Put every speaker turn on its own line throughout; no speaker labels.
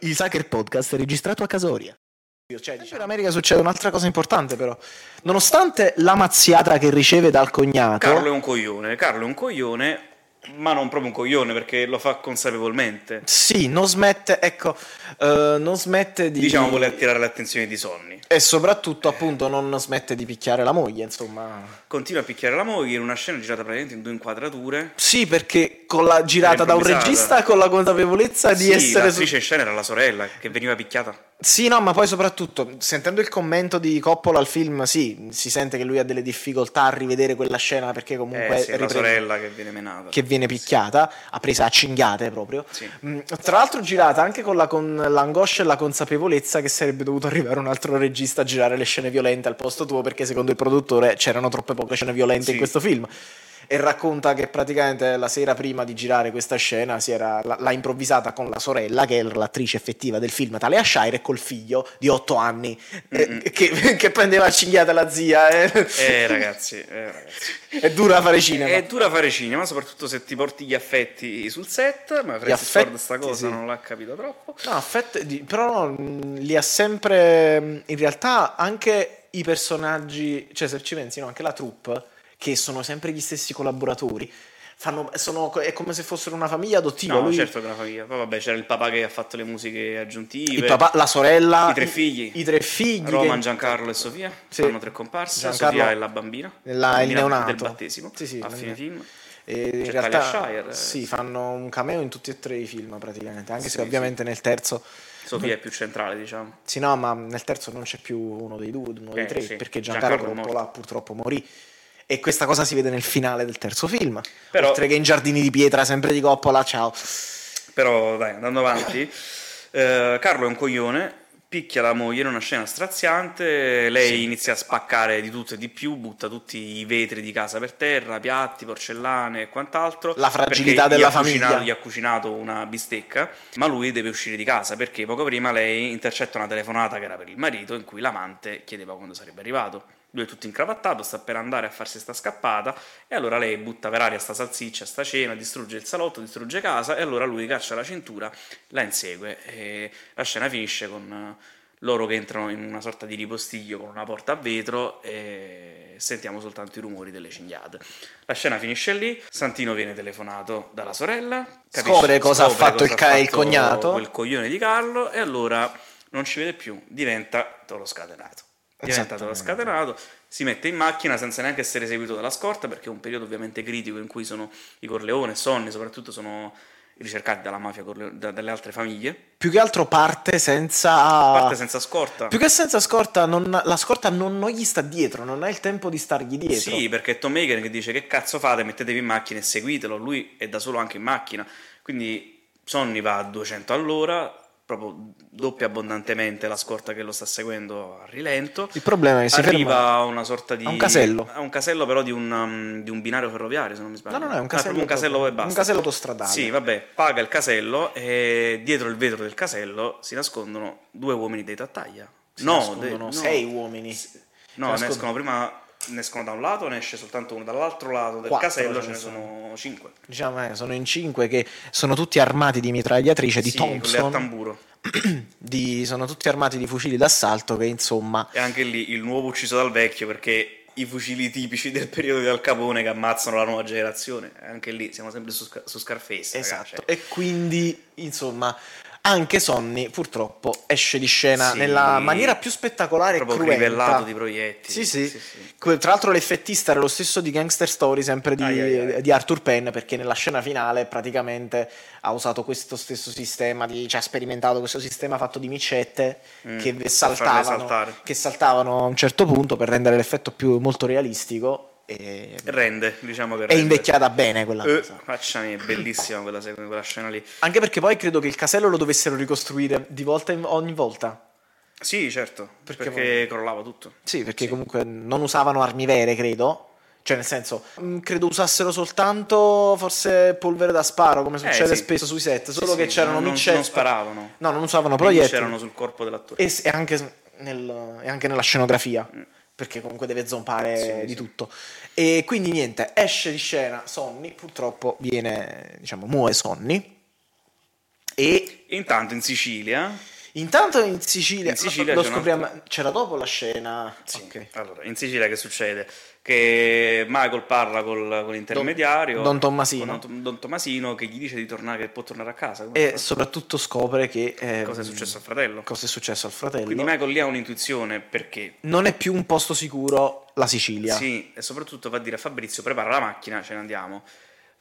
Il Sucker Podcast è registrato a Casoria. Cioè, diciamo... In America succede un'altra cosa importante, però. Nonostante la mazziata che riceve dal cognato.
Carlo è un coglione. Carlo è un coglione, ma non proprio un coglione perché lo fa consapevolmente.
Sì, non smette, ecco, eh, non smette di.
Diciamo vuole attirare l'attenzione di Sonny.
E soprattutto, appunto, non smette di picchiare la moglie, insomma.
Continua a picchiare la moglie in una scena girata praticamente in due inquadrature.
Sì, perché la, girata da un regista con la consapevolezza di
sì,
essere.
L'attrice in scena era la sorella che veniva picchiata.
Sì, no, ma poi soprattutto sentendo il commento di Coppola al film, sì, si sente che lui ha delle difficoltà a rivedere quella scena perché comunque
eh, sì, è la sorella che viene menata,
che viene picchiata, sì. ha presa a cinghiate proprio. Mm,
Sì.
Tra l'altro girata anche con, la, con, l'angoscia e la consapevolezza che sarebbe dovuto arrivare un altro regista a girare le scene violente al posto tuo perché secondo il produttore c'erano troppe poche scene violente in questo film e racconta che praticamente la sera prima di girare questa scena si era, l- l'ha improvvisata con la sorella che è l'attrice effettiva del film Talia Shire e col figlio di 8 anni eh, che, che, prendeva a cinghiata la zia
eh. eh, ragazzi, eh ragazzi,
è dura fare cinema
è dura fare cinema soprattutto se ti porti gli affetti sul set ma Francis affetti, Ford sta cosa sì. non l'ha capito troppo
no affetti però mm, li ha sempre mm, in realtà anche i personaggi cioè se ci pensi no, anche la troupe che sono sempre gli stessi collaboratori. Fanno, sono, è come se fossero una famiglia adottiva.
No,
lui...
certo che una famiglia. Poi vabbè, c'era il papà che ha fatto le musiche aggiuntive.
Papà, la sorella.
I tre figli.
Ah, I, i tre figli.
Roman, che... Giancarlo e Sofia. Sì. Hanno tre comparse. Giancarlo... Sofia è la bambina.
La, bambina il neonato.
Del battesimo.
Sì, sì.
A fine film.
E in realtà
eh.
Shire, sì, fanno un cameo in tutti e tre i film praticamente, anche sì, se ovviamente sì. nel terzo...
Sofia è più centrale, diciamo.
Sì, no, ma nel terzo non c'è più uno dei due, uno dei eh, tre, perché Giancarlo, Giancarlo purtroppo morì e questa cosa si vede nel finale del terzo film. Però, Oltre che in Giardini di Pietra, sempre di Coppola, ciao.
Però dai, andando avanti, eh, Carlo è un coglione, picchia la moglie in una scena straziante, lei sì. inizia a spaccare di tutto e di più, butta tutti i vetri di casa per terra, piatti, porcellane e quant'altro.
La fragilità della
gli
famiglia.
Gli ha cucinato una bistecca, ma lui deve uscire di casa perché poco prima lei intercetta una telefonata che era per il marito in cui l'amante chiedeva quando sarebbe arrivato. Lui è tutto incravattato, sta per andare a farsi sta scappata e allora lei butta per aria sta salsiccia, sta cena, distrugge il salotto, distrugge casa e allora lui caccia la cintura, la insegue e la scena finisce con loro che entrano in una sorta di ripostiglio con una porta a vetro e sentiamo soltanto i rumori delle cinghiate. La scena finisce lì, Santino viene telefonato dalla sorella,
capisce, scopre cosa scopre ha fatto, cosa il, ha fatto il cognato,
quel coglione di Carlo e allora non ci vede più, diventa toro scatenato diventato scatenato, si mette in macchina senza neanche essere seguito dalla scorta perché è un periodo ovviamente critico in cui sono i Corleone, Sonny soprattutto sono ricercati dalla mafia, da, dalle altre famiglie.
Più che altro parte senza...
Parte senza scorta.
Più che senza scorta, non, la scorta non, non, gli sta dietro, non ha il tempo di stargli dietro.
Sì, perché Tom Hagen che dice che cazzo fate, mettetevi in macchina e seguitelo, lui è da solo anche in macchina, quindi Sonny va a 200 all'ora, proprio doppia abbondantemente la scorta che lo sta seguendo a rilento.
Il problema è che si
arriva a una sorta di
un casello.
A un casello però di un, um, di un, binario ferroviario, se non mi sbaglio.
No, no, no, è un casello,
ah, un casello e basta.
Un casello autostradale.
Sì, vabbè, paga il casello e dietro il vetro del casello si nascondono due uomini dei tattaglia.
Si no, de- no, sei uomini. Si,
no, ne escono prima ne escono da un lato, ne esce soltanto uno dall'altro lato del Quattro casello, ce ne sono cinque.
Diciamo, eh, sono in cinque che sono tutti armati di mitragliatrice, di
sì,
Thompson.
a tamburo.
Di, sono tutti armati di fucili d'assalto che insomma...
E anche lì il nuovo ucciso dal vecchio perché i fucili tipici del periodo di Al Capone che ammazzano la nuova generazione, anche lì siamo sempre su, su Scarface. cioè,
Esatto. Ragazzi. E quindi insomma anche Sonny purtroppo esce di scena sì, Eh, nella maniera più spettacolare e cruenta
livellato di proiettili
sì sì. sì sì. tra l'altro l'effettista era lo stesso di Gangster Story sempre di, ai, ai, ai. di, Arthur Penn perché nella scena finale praticamente ha usato questo stesso sistema di, cioè ha sperimentato questo sistema fatto di micette mm, che, saltavano, che saltavano a un certo punto per rendere l'effetto più molto realistico e
rende, diciamo che
è
rende. Eh,
invecchiata bene quella uh, cosa.
Faccia mia, è bellissima quella, quella, scena lì.
Anche perché poi credo che il casello lo dovessero ricostruire di volta in, ogni volta.
Sì, certo, perché, perché crollava tutto.
Sì, perché sì. comunque non usavano armi vere, credo. Cioè, nel senso, credo usassero soltanto forse polvere da sparo, come succede eh, sì. spesso sui set, solo sì, che c'erano
non,
micette.
Non sparavano.
No, non usavano proiettili.
C'erano sul corpo dell'attore.
E, e, anche, nel, e anche, nella scenografia. Mm perché comunque deve zompare sì, di sì. tutto. E quindi niente, esce di scena Sonny, purtroppo viene, diciamo, muore Sonny. E
E intanto in Sicilia, eh?
intanto in Sicilia,
In Sicilia
lo
c'è un
scopriamo. C'era dopo la scena.
sì,
Ok.
allora, in Sicilia che succede? Che Michael parla col, con l'intermediario,
Don Tommasino.
con Don, Don Tommasino, che gli dice di tornare, che può tornare a casa. Come
E
fa?
soprattutto scopre che. ehm,
cosa è successo al fratello?
cosa è successo al fratello.
Quindi Michael lì ha un'intuizione perché
Non è più un posto sicuro la Sicilia.
Sì, e soprattutto va a dire a Fabrizio: prepara la macchina, ce ne andiamo.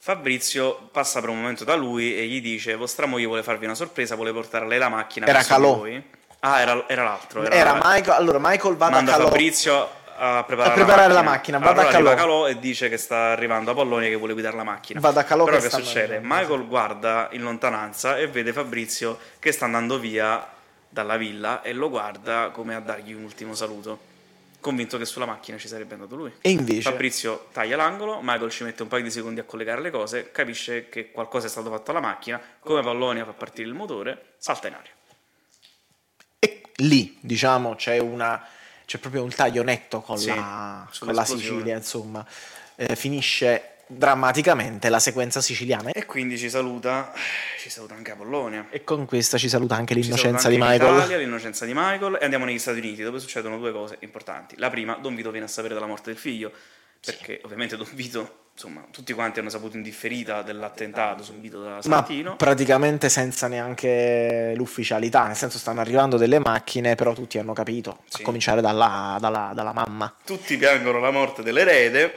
Fabrizio passa per un momento da lui e gli dice: Vostra moglie vuole farvi una sorpresa, vuole portare lei la macchina.
Era
verso
Calò.
di voi." Ah, era, era l'altro. Era,
Era Michael. Allora, Michael va da
manda
Calò.
Fabrizio a preparare,
A preparare la macchina, va da
Allora arriva
Calò.
Calò e dice che sta arrivando a Bologna e che vuole guidare la macchina.
Va da Calò
Però
che
che
sta
succede?
andando.
Michael guarda in lontananza e vede Fabrizio che sta andando via dalla villa e lo guarda come a dargli un ultimo saluto. Convinto che sulla macchina ci sarebbe andato lui.
E invece.
Fabrizio taglia l'angolo, Michael ci mette un paio di secondi a collegare le cose, capisce che qualcosa è stato fatto alla macchina, come Pallonia fa partire il motore, salta in aria.
E lì, diciamo, c'è una. C'è proprio un taglio netto con,
Sì,
la,
sull'esplosione.
con la Sicilia, insomma. Eh, finisce drammaticamente la sequenza siciliana. E,
E quindi ci saluta, ci saluta anche Apollonia.
e con questa ci saluta anche
Ci
l'innocenza
saluta anche
di Michael.
l'Italia, l'innocenza di Michael e andiamo negli Stati Uniti dove succedono due cose importanti. La prima, Don Vito viene a sapere della morte del figlio, perché ovviamente Don Vito, insomma, tutti quanti hanno saputo indifferita dell'attentato subito da
Ma
Santino.
praticamente senza neanche l'ufficialità, nel senso stanno arrivando delle macchine, però tutti hanno capito,
Sì.
a cominciare dalla, dalla- dalla mamma.
tutti piangono la morte dell'erede.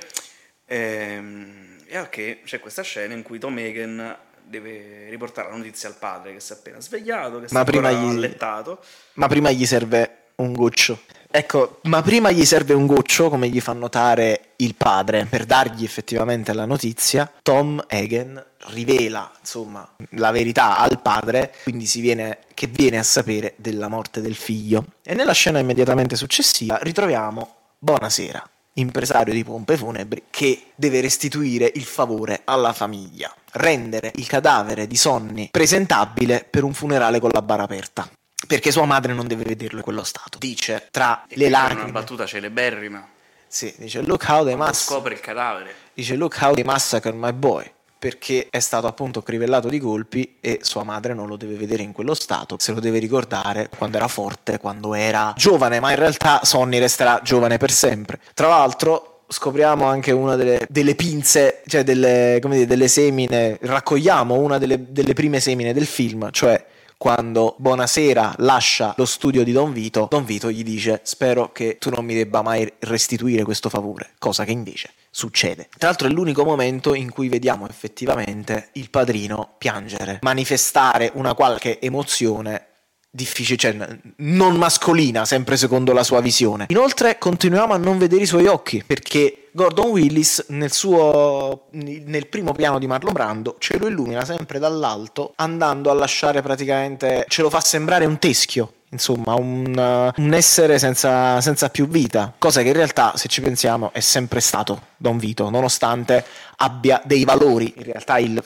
ehm, e al che c'è questa scena in cui Tom Hagen deve riportare la notizia al padre che si è appena svegliato, che si è
Ma prima
ancora
gli-
allettato.
Ma prima gli serve un goccio. Ecco, ma prima gli serve un goccio, come gli fa notare il padre, per dargli effettivamente la notizia. Tom Hagen rivela, insomma, la verità al padre, quindi si viene, che viene a sapere della morte del figlio. E nella scena immediatamente successiva ritroviamo Buonasera, impresario di pompe funebri, che deve restituire il favore alla famiglia, rendere il cadavere di Sonny presentabile per un funerale con la bara aperta. Perché sua madre non deve vederlo in quello stato. Dice tra
E
le
qui c'è Una
lacrime. Ah,
battuta celeberrima.
Sì, dice look how they
Quando
mass-
scopre il cadavere.
dice, "Look how they massacre my boy. Perché è stato appunto crivellato di colpi e sua madre non lo deve vedere in quello stato. Se lo deve ricordare quando era forte, quando era giovane, ma in realtà Sonny resterà giovane per sempre. Tra l'altro. Scopriamo anche una delle, delle pinze, cioè delle, come dire, delle semine, raccogliamo una delle, delle prime semine del film, cioè quando Buonasera lascia lo studio di Don Vito, Don Vito gli dice spero che tu non mi debba mai restituire questo favore, cosa che invece succede. Tra l'altro è l'unico momento in cui vediamo effettivamente il padrino piangere, manifestare una qualche emozione difficile, cioè n- non mascolina, sempre secondo la sua visione. Inoltre continuiamo a non vedere i suoi occhi, perché Gordon Willis nel suo nel primo piano di Marlon Brando ce lo illumina sempre dall'alto, andando a lasciare praticamente ce lo fa sembrare un teschio. Insomma, un, eh, un essere senza, senza più vita, cosa che in realtà, se ci pensiamo, è sempre stato Don Vito, nonostante abbia dei valori. In realtà il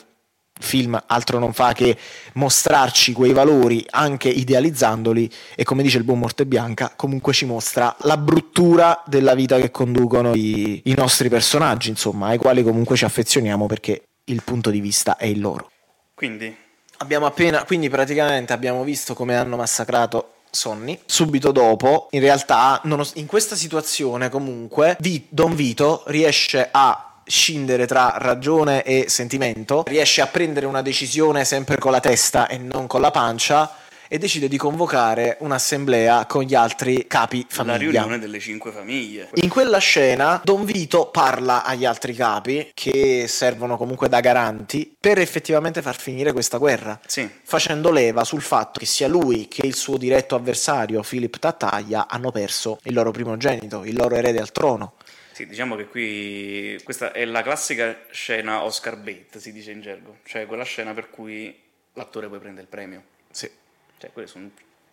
film altro non fa che mostrarci quei valori anche idealizzandoli e come dice il buon Morte Bianca comunque ci mostra la bruttura della vita che conducono i, i nostri personaggi insomma ai quali comunque ci affezioniamo perché il punto di vista è il loro
Quindi,
abbiamo appena quindi praticamente abbiamo visto come hanno massacrato Sonny subito dopo in realtà nonos- in questa situazione comunque Vi- Don Vito riesce a scindere tra ragione e sentimento riesce a prendere una decisione sempre con la testa e non con la pancia e decide di convocare un'assemblea con gli altri capi
la
famiglia
riunione delle cinque famiglie.
in quella scena Don Vito parla agli altri capi che servono comunque da garanti per effettivamente far finire questa guerra
Sì,
facendo leva sul fatto che sia lui che il suo diretto avversario Philip Tattaglia hanno perso il loro primogenito, il loro erede al trono.
sì, diciamo che qui questa è la classica scena Oscar bait, si dice in gergo, cioè quella scena per cui l'attore poi prende il premio.
Sì.
Cioè, quelle sono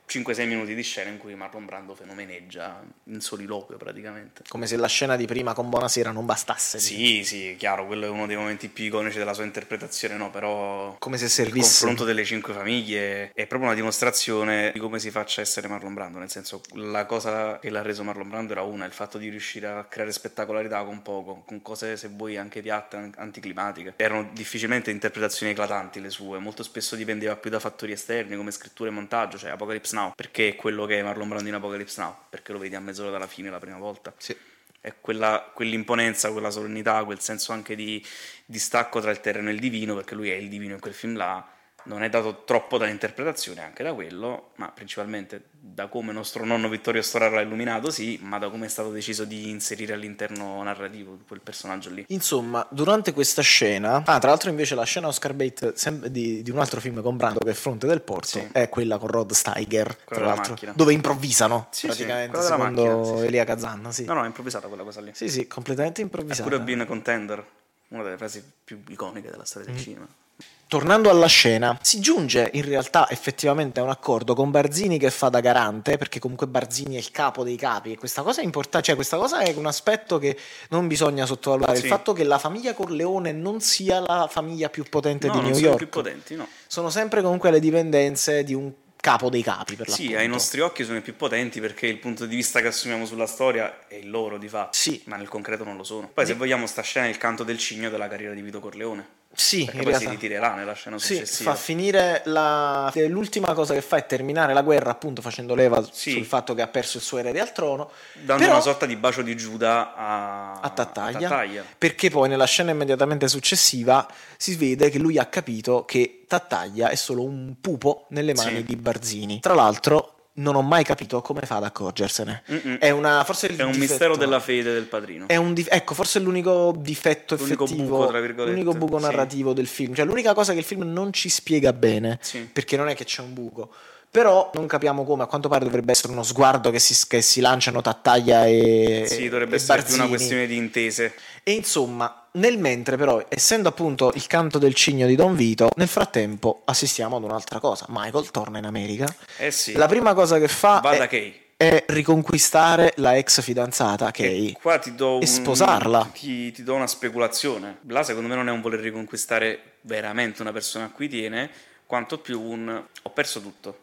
5-6 minuti di scena in cui Marlon Brando fenomeneggia in soliloquio praticamente.
Come se la scena di prima con Buonasera non bastasse.
Sì, sì, chiaro, quello è uno dei momenti più iconici della sua interpretazione, no, però
Come se
il
servisse.
confronto delle cinque famiglie è proprio una dimostrazione di come si faccia a essere Marlon Brando, nel senso la cosa che l'ha reso Marlon Brando era una, il fatto di riuscire a creare spettacolarità con poco, con cose se vuoi anche piatte, an- anticlimatiche. Erano difficilmente interpretazioni eclatanti le sue, molto spesso dipendeva più da fattori esterni come scrittura e montaggio, cioè Apocalypse Now, perché è quello che è Marlon Brando in Apocalypse Now, perché lo vedi a mezz'ora dalla fine la prima volta
Sì.
è quella, quell'imponenza, quella solennità, quel senso anche di distacco tra il terreno e il divino, perché lui è il divino in quel film là. Non è dato troppo dall'interpretazione, anche da quello, ma principalmente da come nostro nonno Vittorio Storaro l'ha illuminato, sì, ma da come è stato deciso di inserire all'interno narrativo quel personaggio lì.
Insomma, durante questa scena, ah, tra l'altro, invece, la scena Oscar Bate sem- di, di un altro film con Brando che è Fronte del Porto
Sì.
è quella con Rod Steiger,
della
tra l'altro,
macchina.
dove improvvisano
Sì, sì,
praticamente
quella della
secondo
macchina, sì, sì.
Elia Kazan. Sì.
No, no, è improvvisata quella cosa lì.
sì, sì, completamente
È
improvvisata.
pure Been a Contender, una delle frasi più iconiche della storia
Mm.
del cinema.
Tornando alla scena, si giunge in realtà effettivamente a un accordo con Barzini che fa da garante, perché comunque Barzini è il capo dei capi e questa cosa è importante, cioè questa cosa è un aspetto che non bisogna sottovalutare,
Sì.
il fatto che la famiglia Corleone non sia la famiglia più potente
No,
di
non
New
sono i
York.
più potenti, no.
sono sempre comunque le dipendenze di un capo dei capi, per
Sì,
l'appunto.
ai nostri occhi sono i più potenti perché il punto di vista che assumiamo sulla storia è il loro di fatto,
Sì.
ma nel concreto non lo sono. Poi se vogliamo sta scena è il canto del cigno della carriera di Vito Corleone,
Sì,
perché
in
poi si
realtà.
ritirerà nella scena
Sì,
successiva.
fa finire la... l'ultima cosa che fa è terminare la guerra, appunto facendo leva
Sì.
sul fatto che ha perso il suo erede al trono.
Dando
però-
una sorta di bacio di Giuda a,
a Tattaglia, perché poi nella scena immediatamente successiva si vede che lui ha capito che Tattaglia è solo un pupo nelle mani
Sì.
di Barzini. Tra l'altro non ho mai capito come fa ad accorgersene.
Mm-mm.
È una forse il
Mm. È un
difetto-
mistero della fede del padrino.
è un dif- ecco, forse è l'unico difetto
L'unico
effettivo,
buco, tra virgolette.
l'unico buco
Sì.
narrativo del film, cioè l'unica cosa che il film non ci spiega bene,
Sì.
perché non è che c'è un buco. Però non capiamo come, a quanto pare dovrebbe essere uno sguardo che si, che si lanciano Tattaglia e
Sì, dovrebbe
e
essere più una
Barzini.
questione di intese.
E insomma, nel mentre però, essendo appunto il canto del cigno di Don Vito, nel frattempo assistiamo ad un'altra cosa. Michael torna in America.
Eh sì,
La prima cosa che fa
va da
è,
Kay.
è riconquistare la ex fidanzata
E
Kay.
qua ti do un-
E sposarla.
Ti, ti do una speculazione. Là, secondo me, non è un voler riconquistare veramente una persona a cui tiene, quanto più un ho perso tutto.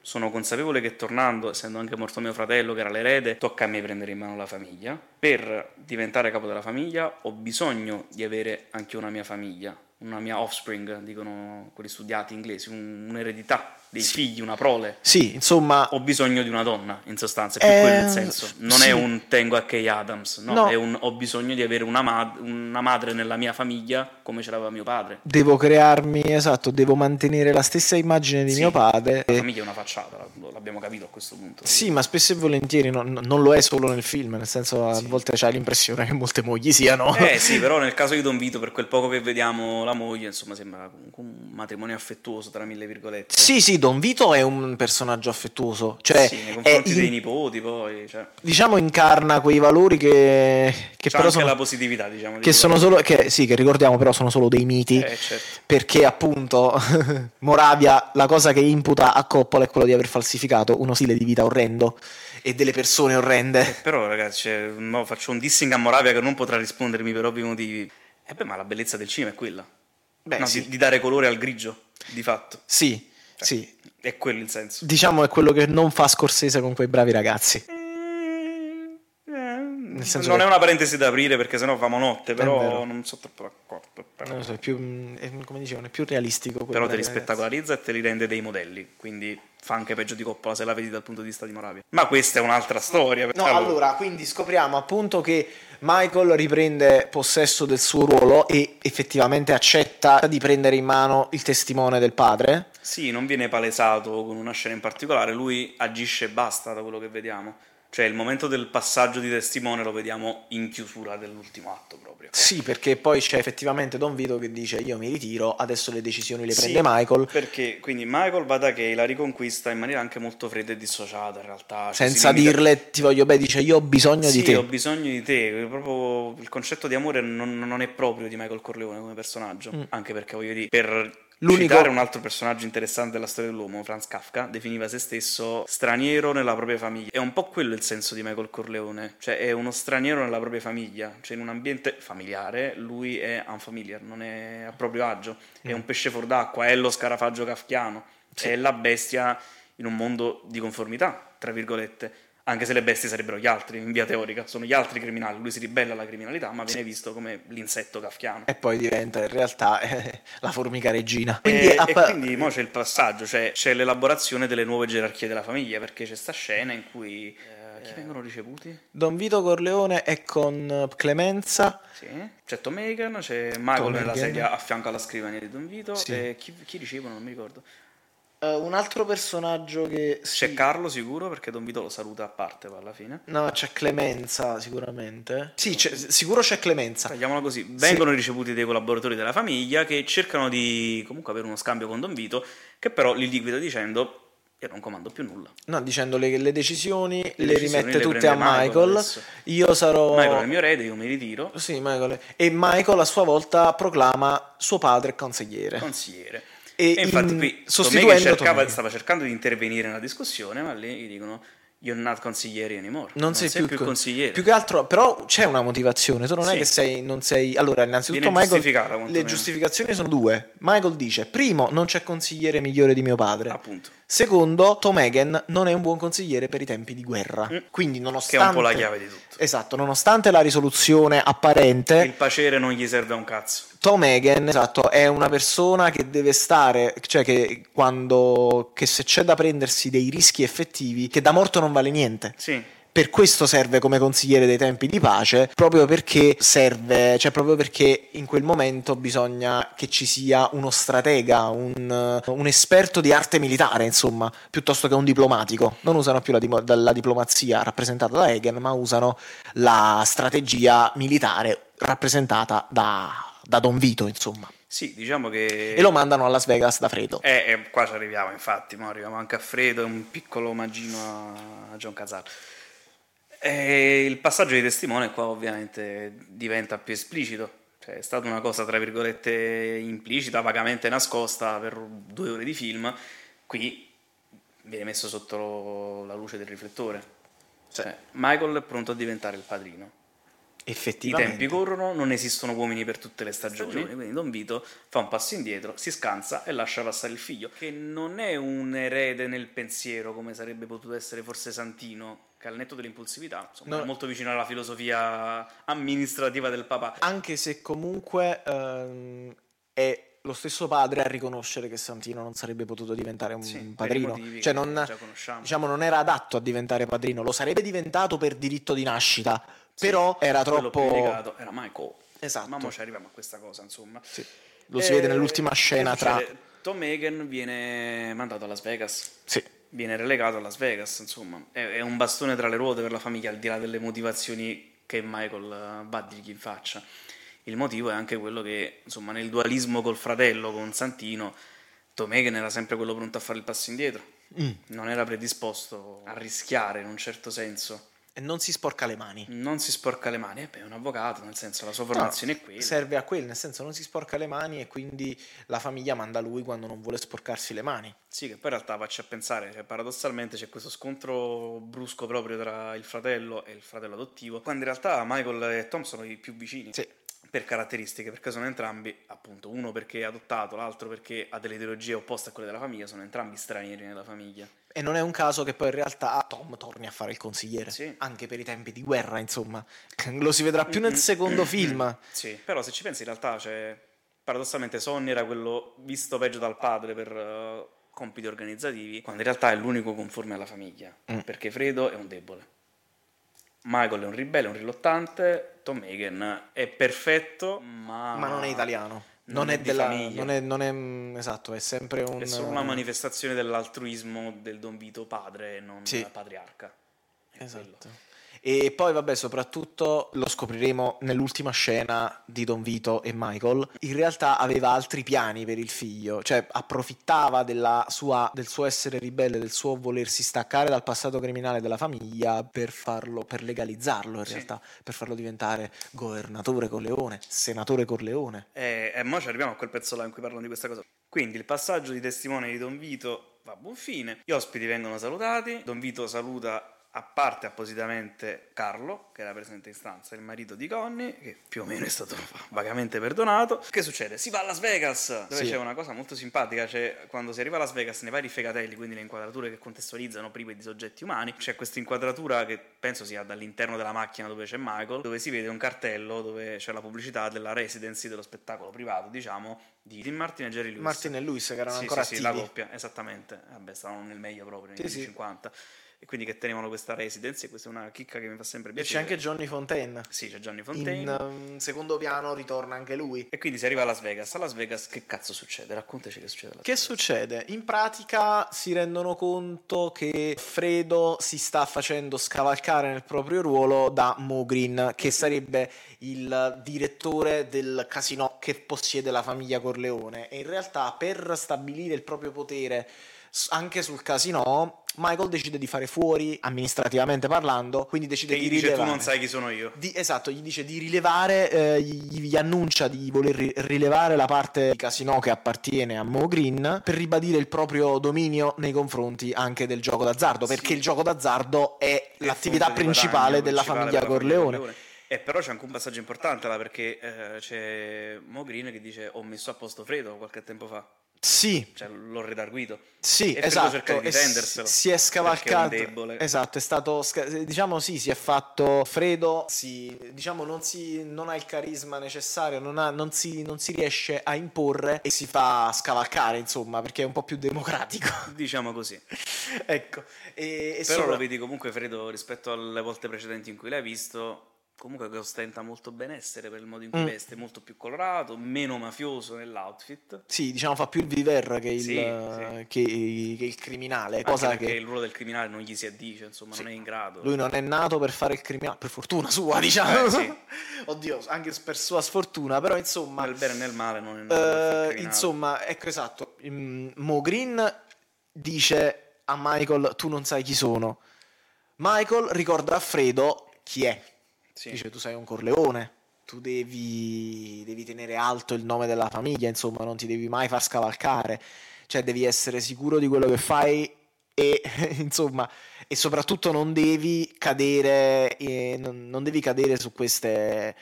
Sono consapevole che tornando, essendo anche morto mio fratello, che era l'erede, tocca a me prendere in mano la famiglia. Per diventare capo della famiglia ho bisogno di avere anche una mia famiglia, una mia offspring, dicono quelli studiati inglesi, un- un'eredità, dei figli, una prole
Sì, insomma,
ho bisogno di una donna, in sostanza, è più
Eh,
quello il senso. Non
sì.
è un tengo a Kay Adams, no,
No.
è un ho bisogno di avere una, ma- una madre nella mia famiglia come ce l'aveva mio padre.
devo crearmi, esatto, devo mantenere la stessa immagine di
Sì. Ah,
mio padre.
La
E-
famiglia è una facciata, la- l'abbiamo capito a questo punto.
Eh. Sì, ma spesso e volentieri non, non lo è solo nel film, nel senso a
Sì.
volte c'hai l'impressione che molte mogli siano.
Eh sì, però nel caso di Don Vito, per quel poco che vediamo la moglie, insomma, sembra comunque un matrimonio affettuoso, tra mille virgolette.
Sì, sì, Don Vito è un personaggio affettuoso, cioè
Sì, nei
è
confronti dei
in-
nipoti, poi. Cioè,
diciamo incarna quei valori che, che
c'è
però
anche
sono,
la positività, diciamo. di
che sono solo che, sì, che ricordiamo però sono solo dei miti
Eh, certo.
perché appunto Moravia la cosa che imputa a Coppola è quello di aver falsificato uno stile di vita orrendo e delle persone orrende
Però, ragazzi, cioè, mo faccio un dissing a Moravia che non potrà rispondermi per ovvi motivi. Eh beh, ma la bellezza del cinema è quella.
beh
No,
sì,
di, di dare colore al grigio, di fatto.
sì,
Cioè,
sì.
È quello il senso.
diciamo è quello che non fa Scorsese con quei bravi ragazzi senso
non
che-
è una parentesi da aprire perché sennò famo notte,
vero.
però non sono troppo d'accordo. Però,
non lo so, è più, mm, è- come dicevano è più realistico quel
Però te
bravi
li
ragazzi.
spettacolarizza e te li rende dei modelli, quindi fa anche peggio di Coppola se la vedi dal punto di vista di Moravia. Ma questa è un'altra storia.
No, allora, quindi scopriamo appunto che Michael riprende possesso del suo ruolo e effettivamente accetta di prendere in mano il testimone del padre.
Sì, non viene palesato con una scena in particolare, lui agisce e basta da quello che vediamo. Cioè il momento del passaggio di testimone lo vediamo in chiusura dell'ultimo atto proprio.
Sì, perché poi c'è effettivamente Don Vito che dice io mi ritiro, adesso le decisioni le
Sì,
prende Michael.
Perché quindi Michael va da Kay, la riconquista in maniera anche molto fredda e dissociata in realtà. Cioè,
Senza
si limita-
dirle ti voglio bene, dice io ho bisogno
sì,
di te.
ho bisogno di te. Proprio il concetto di amore non, non è proprio di Michael Corleone come personaggio.
Mm.
Anche perché voglio dire, per
L'unico-
Citare un altro personaggio interessante della storia dell'uomo, Franz Kafka, definiva se stesso straniero nella propria famiglia. È un po' quello il senso di Michael Corleone, cioè è uno straniero nella propria famiglia, cioè in un ambiente familiare lui è unfamiliar, non è a proprio agio, è
Mm.
un pesce fuor d'acqua, è lo scarafaggio kafkiano, è la bestia in un mondo di conformità, tra virgolette. Anche se le bestie sarebbero gli altri, in via teorica, sono gli altri criminali, lui si ribella alla criminalità, ma viene visto come l'insetto kafkiano.
E poi diventa in realtà eh, la formica regina.
E- e,
app-
quindi mo c'è il passaggio, cioè c'è l'elaborazione delle nuove gerarchie della famiglia, perché c'è sta scena in cui eh, chi vengono ricevuti?
Don Vito Corleone è con eh, Clemenza.
Sì. C'è Tom Hagen, c'è Michael
Tom
nella
Hagen.
sedia a fianco alla scrivania di Don Vito,
Sì.
e chi, chi ricevono non mi ricordo.
Eh, un altro personaggio che.
C'è Carlo sicuro, perché Don Vito lo saluta a parte poi alla fine.
No, c'è Clemenza sicuramente. Sì, c'è- sicuro c'è Clemenza.
Tagliamola così, vengono ricevuti dei collaboratori della famiglia che cercano di comunque avere uno scambio con Don Vito, che però li liquida dicendo io non comando più nulla.
No, dicendo le, le decisioni le,
decisioni
rimette
le
tutte
prende
a
Michael
Michael.
adesso.
Io sarò.
Michael è il mio erede, io mi ritiro,
Sì, Michael. E Michael a sua volta proclama suo padre consigliere.
consigliere.
E
E, infatti
in-
qui
sostituendo
Tomei che cercava-
Tomei.
stava cercando di intervenire nella discussione, ma lì gli dicono You're not consigliere anymore.
Non, sei, più,
più
con-
consigliere.
Più che altro, però c'è una motivazione. Tu non è
Sì.
che sei, non sei. Allora, innanzitutto,
Viene giustificata,
Michael. Le
quantomeno.
giustificazioni sono due. Michael dice: primo, non c'è consigliere migliore di mio padre.
Appunto.
Secondo, Tom Hagen non è un buon consigliere per i tempi di guerra.
Mm.
Quindi,
Che
nonostante.
è un po' la chiave di tutto.
Esatto, nonostante la risoluzione apparente,
Il piacere non gli serve a un cazzo.
Tom Hagen, esatto, è una persona che deve stare, cioè che quando che se c'è da prendersi dei rischi effettivi, che da morto non vale niente.
Sì.
Per questo serve come consigliere dei tempi di pace, proprio perché serve, cioè proprio perché in quel momento bisogna che ci sia uno stratega, un, un esperto di arte militare, insomma, piuttosto che un diplomatico. Non usano più la, dimo- la diplomazia rappresentata da Hagen, ma usano la strategia militare rappresentata da, da Don Vito, insomma.
Sì, diciamo che...
E lo mandano a Las Vegas da Fredo.
Eh, eh, qua ci arriviamo, infatti, ma arriviamo anche a Fredo, è un piccolo omaggino a John Cazar. E il passaggio di testimone qua ovviamente diventa più esplicito. Cioè, è stata una cosa, tra virgolette, implicita, vagamente nascosta per due ore di film. Qui viene messo sotto lo- la luce del riflettore. Cioè, Michael è pronto a diventare il padrino. I
Effettivamente.
tempi corrono, non esistono uomini per tutte le stagioni, quindi Don Vito fa un passo indietro, si scansa e lascia passare il figlio, che non è un erede nel pensiero come sarebbe potuto essere forse Santino, che al netto dell'impulsività, insomma,
No.
è molto vicino alla filosofia amministrativa del papà.
anche se comunque ehm, è lo stesso padre a riconoscere che Santino non sarebbe potuto diventare un
Sì, per i
padrino,
motivi
cioè
che
non,
già conosciamo.
diciamo, non era adatto a diventare padrino, lo sarebbe diventato per diritto di nascita,
Sì,
però era
quello più
troppo...
indicato era Michael.
Esatto.
Ma mo ci arriviamo a questa cosa, insomma.
Sì. Lo si vede
Eh,
nell'ultima
che
scena tra...
succede? Tom Hagen viene mandato a Las Vegas.
Sì.
viene relegato a Las Vegas, insomma, è, è un bastone tra le ruote per la famiglia, al di là delle motivazioni che Michael eh, va a dirgli in faccia. Il motivo è anche quello che, insomma, nel dualismo col fratello, con Santino, Tomegen era sempre quello pronto a fare il passo indietro,
Mm.
non era predisposto a rischiare in un certo senso,
E non si sporca le mani.
non si sporca le mani, e beh, è un avvocato, nel senso la sua formazione
No,
è quella.
Serve a quello, nel senso non si sporca le mani e quindi la famiglia manda lui quando non vuole sporcarsi le mani.
Sì, che poi in realtà faccia pensare, cioè, paradossalmente c'è questo scontro brusco proprio tra il fratello e il fratello adottivo, quando in realtà Michael e Tom sono i più vicini
Sì.
per caratteristiche, perché sono entrambi, appunto, uno perché è adottato, l'altro perché ha delle ideologie opposte a quelle della famiglia, sono entrambi stranieri nella famiglia.
E non è un caso che poi in realtà Tom torni a fare il consigliere,
Sì.
anche per i tempi di guerra, insomma. Lo si vedrà più nel
Mm-mm.
secondo film.
Sì, però se ci pensi in realtà, cioè, paradossalmente Sonny era quello visto peggio dal padre per eh, compiti organizzativi, quando in realtà è l'unico conforme alla famiglia,
Mm.
perché Fredo è un debole. Michael è un ribelle, un rilottante, Tom Hagen è perfetto, ma...
Ma non è italiano. Non,
Ah, Non
è,
è di
della
famiglia.
non è, non è, mm, esatto, è sempre un eh,
È solo una manifestazione dell'altruismo del Don Vito padre, non
Sì.
patriarca. È quello.
Esatto. E poi, vabbè, soprattutto lo scopriremo nell'ultima scena di Don Vito e Michael. In realtà aveva altri piani per il figlio, cioè approfittava della sua, del suo essere ribelle, del suo volersi staccare dal passato criminale della famiglia per farlo, per legalizzarlo in
Sì.
realtà, per farlo diventare governatore Corleone, senatore Corleone.
E, e mo ci arriviamo a quel pezzo là in cui parlano di questa cosa. Quindi il passaggio di testimone di Don Vito va a buon fine. Gli ospiti vengono salutati. Don Vito saluta a parte appositamente Carlo, che era presente in stanza, il marito di Connie, che più o meno è stato vagamente perdonato. Che succede? Si va a Las Vegas, dove
Sì.
c'è una cosa molto simpatica, c'è quando si arriva a Las Vegas nei vari fegatelli, quindi le inquadrature che contestualizzano prive di soggetti umani, c'è questa inquadratura che penso sia dall'interno della macchina dove c'è Michael, dove si vede un cartello dove c'è la pubblicità della residency dello spettacolo privato, diciamo, di Tim Martin e Jerry Lewis.
Martin e Lewis, che erano
Sì,
ancora
sì, sì, la
attivi.
coppia, esattamente. Eh, Vabbè, stavano nel meglio proprio, negli
Sì,
anni
sì.
50. E quindi che tenevano questa residency, e questa è una chicca che mi fa sempre
e c'è
piacere.
anche Johnny Fontaine.
Sì, c'è Johnny Fontaine.
In um, secondo piano ritorna anche lui.
E quindi si arriva a Las Vegas. A Las Vegas che cazzo succede? Raccontaci che succede. a Las
Che succede? In pratica si rendono conto che Fredo si sta facendo scavalcare nel proprio ruolo da Mogrin, che sarebbe il direttore del casino che possiede la famiglia Corleone. E in realtà per stabilire il proprio potere s- anche sul casino, Michael decide di fare fuori, amministrativamente parlando, quindi decide di
Vegas. Che dice tu
rilevare.
non sai chi sono io.
Di- esatto, gli dice di rilevare, eh, gli, gli annuncia di voler ri- rilevare la parte di casino che appartiene a Mo Green per ribadire il proprio dominio nei confronti anche del gioco d'azzardo,
Sì.
perché il gioco d'azzardo è
È
l'attività
fonte di
principale
guadagno
della
principale
famiglia
per la
Corleone.
E però c'è anche un passaggio importante là perché eh, c'è Mo Green che dice ho messo a posto Fredo qualche tempo fa,
Sì,
cioè l'ho redarguito.
Sì,
E Fredo cerca
esatto,
di
e si
difenderselo,
si è
perché
scavalcato.
è un debole.
Esatto, è stato sca- diciamo sì, si è fatto Fredo, si, diciamo non, si, non ha il carisma necessario, non, ha- non si, non si riesce a imporre e si fa scavalcare, insomma, perché è un po' più democratico.
Diciamo così.
ecco, e, e
però
sopra-
lo vedi comunque Fredo rispetto alle volte precedenti in cui l'hai visto. Comunque che ostenta molto benessere per il modo in cui
Mm.
veste, molto più colorato, meno mafioso nell'outfit.
Sì, diciamo fa più il viver che il,
Sì, sì.
Che, che il criminale,
Anche
cosa
perché
che
il ruolo del criminale non gli si addice, insomma,
Sì.
non è in grado.
Lui non è nato per fare il criminale, per fortuna sua, diciamo.
Eh, sì.
Oddio, anche per sua sfortuna, però insomma...
Nel bene e nel male non è in grado di fare il
Eh,
criminale.
insomma, ecco esatto. Mm, Mo Green dice a Michael: Tu non sai chi sono. Michael ricorda a Fredo chi è.
Sì.
Dice: Tu sei un corleone. Tu devi, devi tenere alto il nome della famiglia. Insomma, non ti devi mai far scavalcare. Cioè, devi essere sicuro di quello che fai. E insomma, e soprattutto non devi cadere, eh, non, non devi cadere su queste,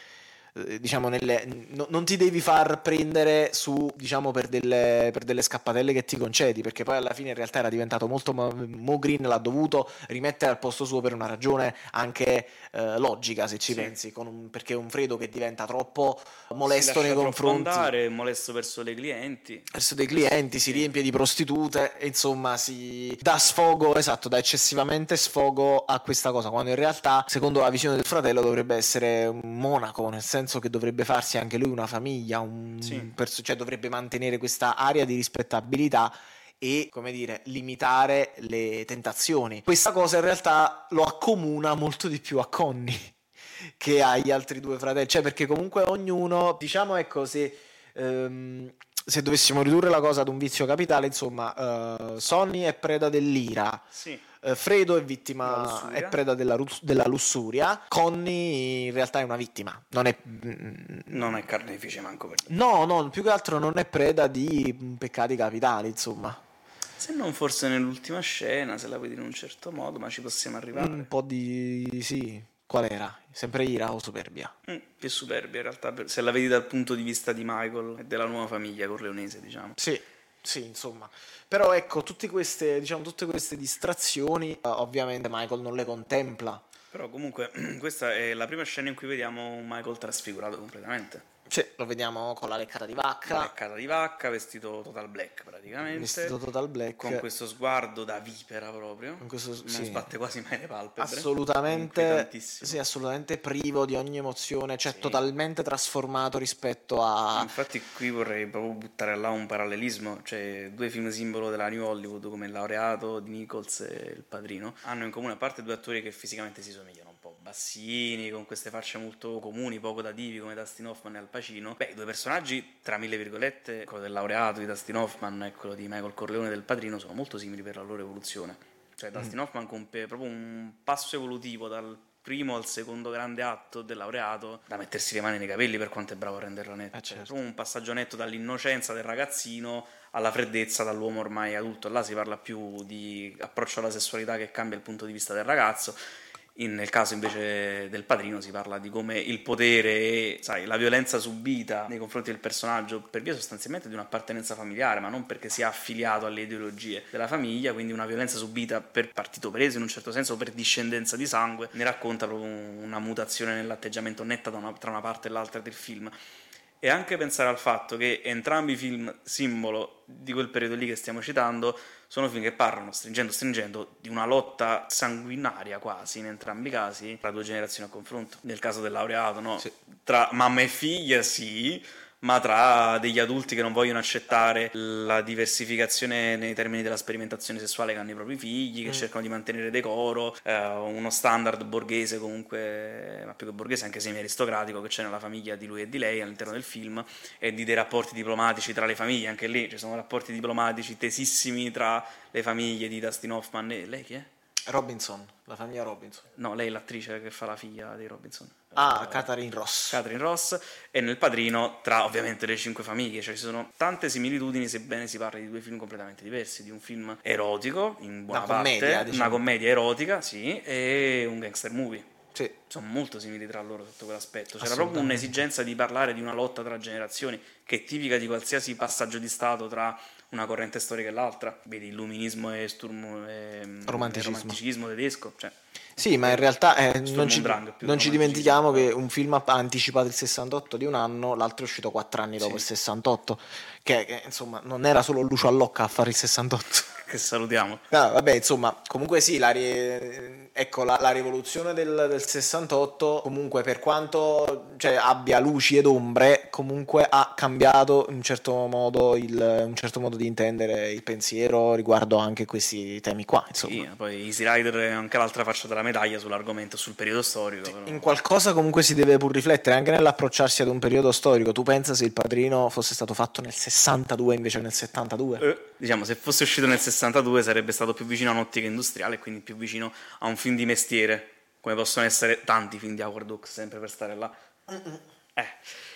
eh, diciamo, nelle, no- non ti devi far prendere su, diciamo, per delle, per delle scappatelle che ti concedi, perché poi alla fine in realtà era diventato molto, ma- Mo Green l'ha dovuto rimettere al posto suo per una ragione anche eh, logica, se ci
Sì.
pensi, con un- perché un Fredo che diventa troppo
Si
molesto
lascia
nei
troppo
confronti
andare, molesto verso le clienti.
verso dei clienti, si
Sì.
riempie di prostitute, e insomma si dà sfogo, esatto, dà eccessivamente sfogo a questa cosa, quando in realtà, secondo la visione del fratello, dovrebbe essere un monaco, nel senso che dovrebbe farsi anche lui una famiglia, un
Sì.
perso- cioè dovrebbe mantenere questa area di rispettabilità e, come dire, limitare le tentazioni. Questa cosa in realtà lo accomuna molto di più a Connie che agli altri due fratelli, cioè perché comunque ognuno, diciamo ecco, se, ehm, se dovessimo ridurre la cosa ad un vizio capitale, insomma, eh, Sonny è preda dell'ira.
Sì.
eh, Fredo è
La
vittima,
lussuria.
è preda della, rus- della lussuria. Connie in realtà è una vittima, non è, mm,
Non è carnefice manco per niente.
No, no, più che altro non è preda di mm, peccati capitali, insomma.
Se non forse nell'ultima scena, se la vedi in un certo modo, ma ci possiamo arrivare.
Un po' di... sì. Qual era? Sempre ira o superbia?
Mm, più superbia in realtà, per- se la vedi dal punto di vista di Michael e della nuova famiglia corleonese, diciamo.
Sì, sì, insomma. Però ecco, tutte queste, diciamo, tutte queste distrazioni, eh, ovviamente Michael non le contempla.
Però comunque questa è la prima scena in cui vediamo Michael trasfigurato completamente.
Cioè, lo vediamo con la leccata di vacca,
Leccata di vacca, vestito total black praticamente.
vestito total black.
Con questo sguardo da vipera proprio.
Con questo-
non
sì.
sbatte quasi mai le palpebre.
assolutamente,
Inquietantissimo.
sì, assolutamente privo di ogni emozione, cioè
Sì.
totalmente trasformato rispetto a...
Infatti qui vorrei proprio buttare là un parallelismo, cioè due film simbolo della New Hollywood come Il laureato di Nichols e Il padrino hanno in comune a parte due attori che fisicamente si somigliano un po', bassini, con queste facce molto comuni, poco dativi come Dustin Hoffman e Al Pacino. Beh, i due personaggi, tra mille virgolette, quello del laureato di Dustin Hoffman e quello di Michael Corleone del Padrino, sono molto simili per la loro evoluzione. Cioè, Dustin mm. Hoffman compie proprio un passo evolutivo dal primo al secondo grande atto del laureato da mettersi le mani nei capelli per quanto è bravo a renderlo netto. Eh certo. Un passaggio netto dall'innocenza del ragazzino alla freddezza dall'uomo ormai adulto. Là si parla più di approccio alla sessualità che cambia il punto di vista del ragazzo. In, nel caso invece del padrino si parla di come il potere e sai, la violenza subita nei confronti del personaggio per via sostanzialmente di un'appartenenza familiare, ma non perché sia affiliato alle ideologie della famiglia, quindi una violenza subita per partito preso in un certo senso per discendenza di sangue, ne racconta proprio una mutazione nell'atteggiamento netta una, tra una parte e l'altra del film. E anche pensare al fatto che entrambi i film simbolo di quel periodo lì che stiamo citando sono film che parlano, stringendo, stringendo, di una lotta sanguinaria quasi in entrambi i casi tra due generazioni a confronto. Nel caso del laureato, no? Sì. Tra mamma e figlia, sì, ma tra degli adulti che non vogliono accettare la diversificazione nei termini della sperimentazione sessuale che hanno i propri figli, che mm. cercano di mantenere decoro, eh, uno standard borghese comunque, ma più che borghese anche semi-aristocratico che c'è nella famiglia di lui e di lei all'interno del film e di dei rapporti diplomatici tra le famiglie, anche lì ci sono rapporti diplomatici tesissimi tra le famiglie di Dustin Hoffman e lei chi è?
Robinson, la famiglia Robinson.
No, lei è l'attrice che fa la figlia dei Robinson.
Ah, uh, Catherine Ross.
Catherine Ross e nel padrino tra ovviamente le cinque famiglie, cioè ci sono tante similitudini sebbene si parli di due film completamente diversi, di un film erotico in buona una parte, commedia, diciamo. una commedia erotica, sì, e un gangster movie.
Sì.
Sono molto simili tra loro sotto quell'aspetto. C'era proprio un'esigenza di parlare di una lotta tra generazioni che è tipica di qualsiasi passaggio di stato tra una corrente storica e l'altra. Vedi, illuminismo e, sturm, e mm,
romanticismo.
E romanticismo tedesco. Cioè,
sì, ma in realtà eh, non, ci, non ci, dimentichiamo che un film ha anticipato il 68 di un anno, l'altro è uscito 4 anni dopo sì. il 68, che, che, insomma non era solo Lucio Allocca a fare il 68.
Che salutiamo.
No, vabbè, insomma, comunque sì, la, ri- ecco, la, la rivoluzione del, del, 68, comunque per quanto cioè, abbia luci ed ombre, comunque ha cambiato in un certo modo, il, un certo modo di intendere il pensiero riguardo anche questi temi qua. Insomma. Sì,
poi Easy Rider è anche l'altra faccia della medaglia sull'argomento, sul periodo storico. Però.
In qualcosa comunque si deve pur riflettere, anche nell'approcciarsi ad un periodo storico. Tu pensa se il padrino fosse stato fatto nel 62 invece che nel 72?
Eh, diciamo, se fosse uscito nel 62 sarebbe stato più vicino a un'ottica industriale, quindi più vicino a un film di mestiere, come possono essere tanti film di Howard Hawks, sempre per stare là. Eh.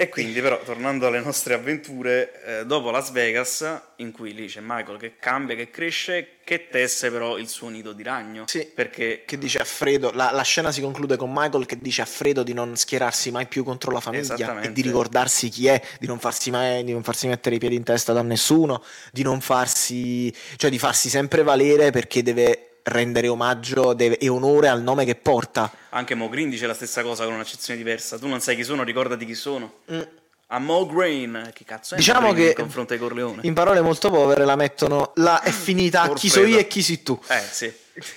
E quindi, però, tornando alle nostre avventure, eh, dopo Las Vegas, in cui lì c'è Michael che cambia, che cresce, che tesse però il suo nido di ragno.
Sì,
perché
che dice a Fredo, la, la, scena si conclude con Michael che dice a Fredo di non schierarsi mai più contro la famiglia e di ricordarsi chi è, di non farsi mai di non farsi mettere i piedi in testa da nessuno, di non farsi, cioè di farsi sempre valere perché deve rendere omaggio e onore al nome che porta.
Anche Mo Green dice la stessa cosa con un'accezione diversa. Tu non sai chi sono, ricordati chi sono. Mm. A Mo Green, che cazzo è?
Diciamo che
in confronto ai Corleone. Mm.
In parole molto povere la mettono la è finita a chi so io e chi sei tu.
Eh sì.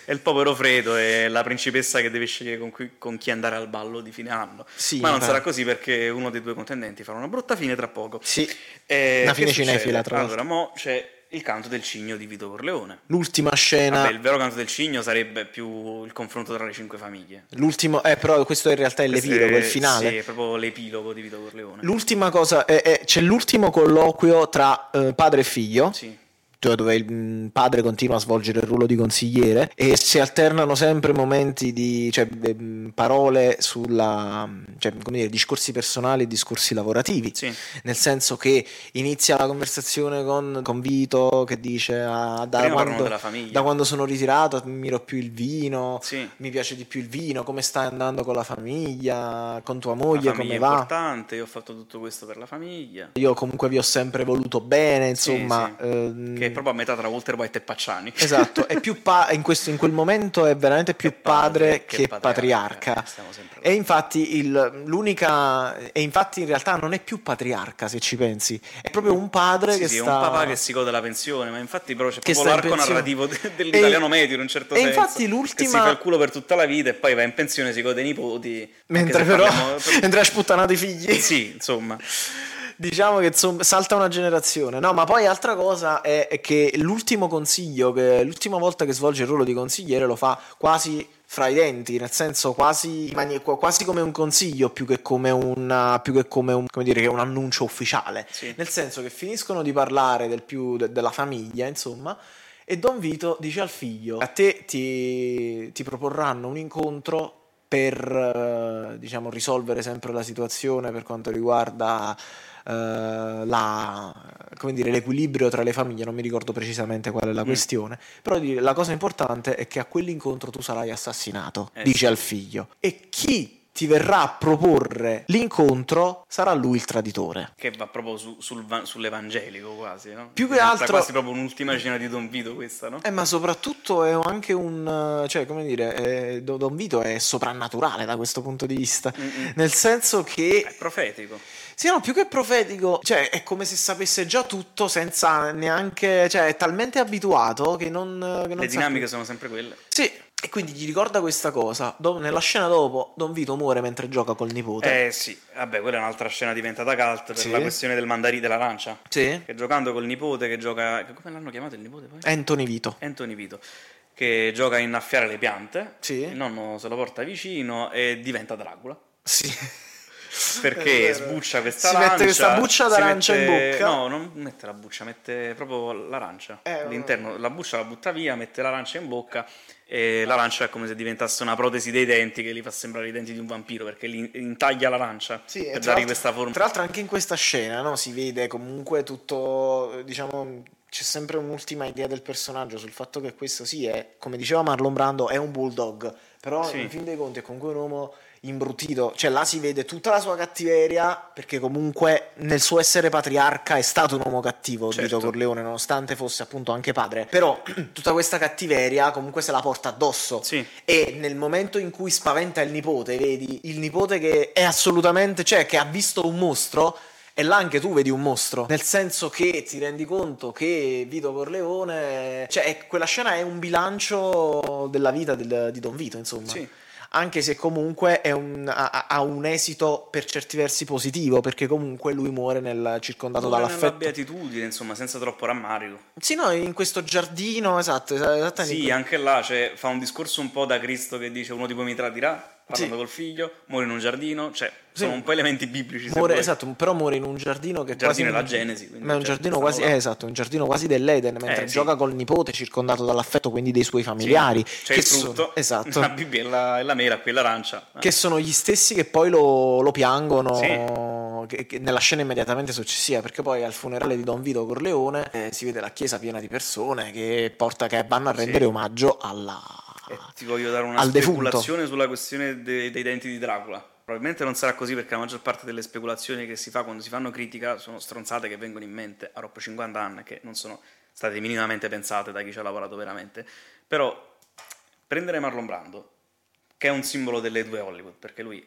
È il povero Fredo è la principessa che deve scegliere con, cui, con chi andare al ballo di fine anno.
Sì,
Ma non beh. sarà così perché uno dei due contendenti farà una brutta fine tra poco.
Sì. Eh, una fine cinefila tra
l'altro. Allora, mo c'è il canto del cigno di Vito Corleone.
L'ultima scena.
Vabbè, il vero canto del cigno sarebbe più il confronto tra le cinque famiglie.
L'ultimo, eh, però questo in realtà è l'epilogo, è, il finale.
Sì, è proprio l'epilogo di Vito Corleone.
L'ultima cosa, è, è, c'è l'ultimo colloquio tra eh, padre e figlio. cioè
Sì
dove il mm, padre continua a svolgere il ruolo di consigliere e si alternano sempre momenti di cioè, parole sulla cioè, come dire, discorsi personali e discorsi lavorativi
sì.
nel senso che inizia la conversazione con, con Vito che dice ah, da, quando, da, quando, sono ritirato miro più il vino
sì.
mi piace di più il vino come stai andando con la famiglia con tua moglie
la famiglia
come va
è importante io ho fatto tutto questo per la famiglia
io comunque vi ho sempre voluto bene insomma
sì, ehm, che proprio a metà tra Walter White e Pacciani.
Mm. Esatto, è più pa- in, questo, in, quel momento è veramente più padre, padre che, che, patriarca.
Eh,
patriarca. E, infatti il, l'unica, e infatti in realtà non è più patriarca se ci pensi, è proprio un padre
sì,
che
sì,
sta...
un papà che si gode la pensione, ma infatti però c'è proprio l'arco narrativo dell'italiano e, medio in un certo e senso.
E infatti l'ultima...
si fa il culo per tutta la vita e poi va in pensione, si gode i nipoti.
Mentre però... Parliamo... Mentre ha sputtanato i figli.
Sì, insomma
diciamo che insomma, salta una generazione. No, ma poi altra cosa è, è che l'ultimo consiglio, che, l'ultima volta che svolge il ruolo di consigliere lo fa quasi fra i denti, nel senso quasi, quasi come un consiglio più che come, una, più che come, un, come dire, un, annuncio ufficiale.
Sì.
Nel senso che finiscono di parlare del più, de- della famiglia, insomma. E Don Vito dice al figlio: A te ti, ti proporranno un incontro per eh, diciamo, risolvere sempre la situazione per quanto riguarda eh, la- come dire, l'equilibrio tra le famiglie. Non mi ricordo precisamente qual è la
Mm.
questione. Però di- la cosa importante è che a quell'incontro tu sarai assassinato,
Eh,
dice
sì.
al figlio. E chi ti verrà a proporre l'incontro sarà lui il traditore.
Che va proprio su- sul va- sull'evangelico quasi, no?
Più che
Diventa
altro-
quasi proprio un'ultima cena di Don Vito questa, no?
Eh, ma soprattutto è anche un. eh, cioè, come dire, eh, Do- Don Vito è soprannaturale da questo punto di vista.
Mm-mm.
Nel senso
Mm, È
che,
profetico.
sì, no, più che profetico, cioè, è come se sapesse già tutto senza neanche. cioè, è talmente abituato che non. che non
Le
sa
dinamiche sono sempre quelle.
più. Sì. E quindi gli ricorda questa cosa. Do- nella scena dopo, Don Vito muore mentre gioca col nipote.
Eh sì, vabbè, quella è un'altra scena diventata cult per
Sì.
la questione del mandarino dell'arancia.
Sì.
Che giocando col nipote che gioca. che- Come l'hanno chiamato il nipote poi?
Anthony Vito.
Anthony Vito. Che gioca a innaffiare le piante.
Sì.
Il nonno se lo porta vicino e diventa Dracula.
Sì.
Perché
È vero.
sbuccia questa
Si mette
arancia.
questa buccia
si
d'arancia in
mette-
bocca.
No, non mette la buccia, mette proprio l'arancia.
Eh,
L'interno, la buccia la butta via, mette l'arancia in bocca. E l'arancia è come se diventasse una protesi dei denti che gli fa sembrare i denti di un vampiro perché gli intaglia l'arancia
Sì, e
per
tra l'altro-
dargli questa forma.
Tra l'altro anche in questa scena no, si vede comunque tutto, eh, diciamo, c'è sempre un'ultima idea del personaggio sul fatto che questo sì è, come diceva Marlon Brando, è un bulldog, però
Sì.
in fin dei conti è comunque un uomo imbrutito, cioè là si vede tutta la sua cattiveria perché comunque nel suo essere patriarca è stato un uomo cattivo
Certo.
Vito Corleone nonostante fosse appunto anche padre, però tutta questa cattiveria comunque se la porta addosso
Sì.
e nel momento in cui spaventa il nipote, vedi il nipote che è assolutamente, cioè che ha visto un mostro, e là anche tu vedi un mostro, nel senso che ti rendi conto che Vito Corleone, cioè è- quella scena è un bilancio della vita del- di Don Vito, insomma.
Sì.
Anche se comunque è un- ha- ha, ha un esito per certi versi positivo, perché comunque lui muore nel, circondato
Pure nella
dall'affetto.
beatitudine, insomma, senza troppo rammarico.
Sì, no, in questo giardino, esatto, es- esattamente. in
Sì,
que-
anche là cioè, fa un discorso un po' da Cristo che dice uno di voi mi tradirà, parlando
Sì.
col figlio, muore in un giardino, cioè
Sì.
sono un po' elementi biblici. se
Muore,
vuoi.
esatto, però muore in un giardino che
Il giardino è
quasi
la Genesi, quindi
ma è un
cioè,
giardino
stiamo
quasi
là.
eh, esatto, è un giardino quasi dell'Eden mentre
Eh, sì.
gioca col nipote circondato dall'affetto quindi dei suoi
Sì,
familiari
C'è il frutto,
sono, esatto,
la Bibbia e la, e la mela, Eh, qui l'arancia.
che sono gli stessi che poi lo, lo piangono che- che nella scena immediatamente successiva perché poi al funerale di Don Vito Corleone eh, si vede la chiesa piena di persone che, porta, che vanno a rendere
Sì.
omaggio alla
Eh, ti voglio dare una
al defunto.
speculazione sulla questione de- dei denti di Dracula. Probabilmente non sarà così perché la maggior parte delle speculazioni che si fa quando si fanno critica sono stronzate che vengono in mente a Roppo 50 anni che non sono state minimamente pensate da chi ci ha lavorato veramente. Però prendere Marlon Brando, che è un simbolo delle due Hollywood, perché lui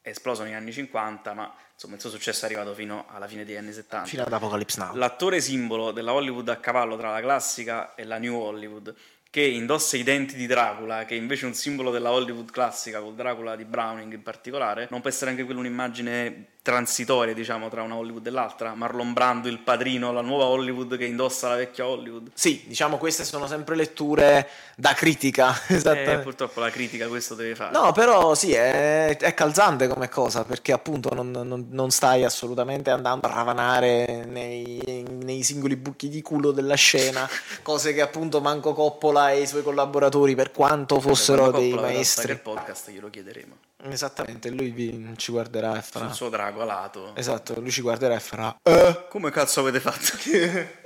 è esploso negli anni 50, ma insomma il suo successo è arrivato fino alla fine degli anni 70.
fino ad Apocalypse Now
L'attore simbolo della Hollywood a cavallo tra la classica e la New Hollywood, che indossa i denti di Dracula, che è invece è un simbolo della Hollywood classica, col Dracula di Browning in particolare, non può essere anche quella un'immagine transitoria, diciamo, tra una Hollywood e l'altra. Marlon Brando, il padrino, la nuova Hollywood che indossa la vecchia Hollywood.
sì, diciamo queste sono sempre letture da critica
Eh,
esattamente
E purtroppo la critica questo deve fare.
No, però sì, è, è calzante come cosa, perché appunto non, non- non stai assolutamente andando a ravanare nei, nei singoli buchi di culo della scena, cose che appunto Manco Coppola e i suoi collaboratori, per quanto fossero
Cioè, Quando
dei
Coppola verrà a stare
maestri.
il podcast glielo chiederemo.
Esattamente, lui vi- ci guarderà e
Sul
farà...
suo Dracula lato.
Esatto, lui ci guarderà e farà... Eh,
Come cazzo avete fatto?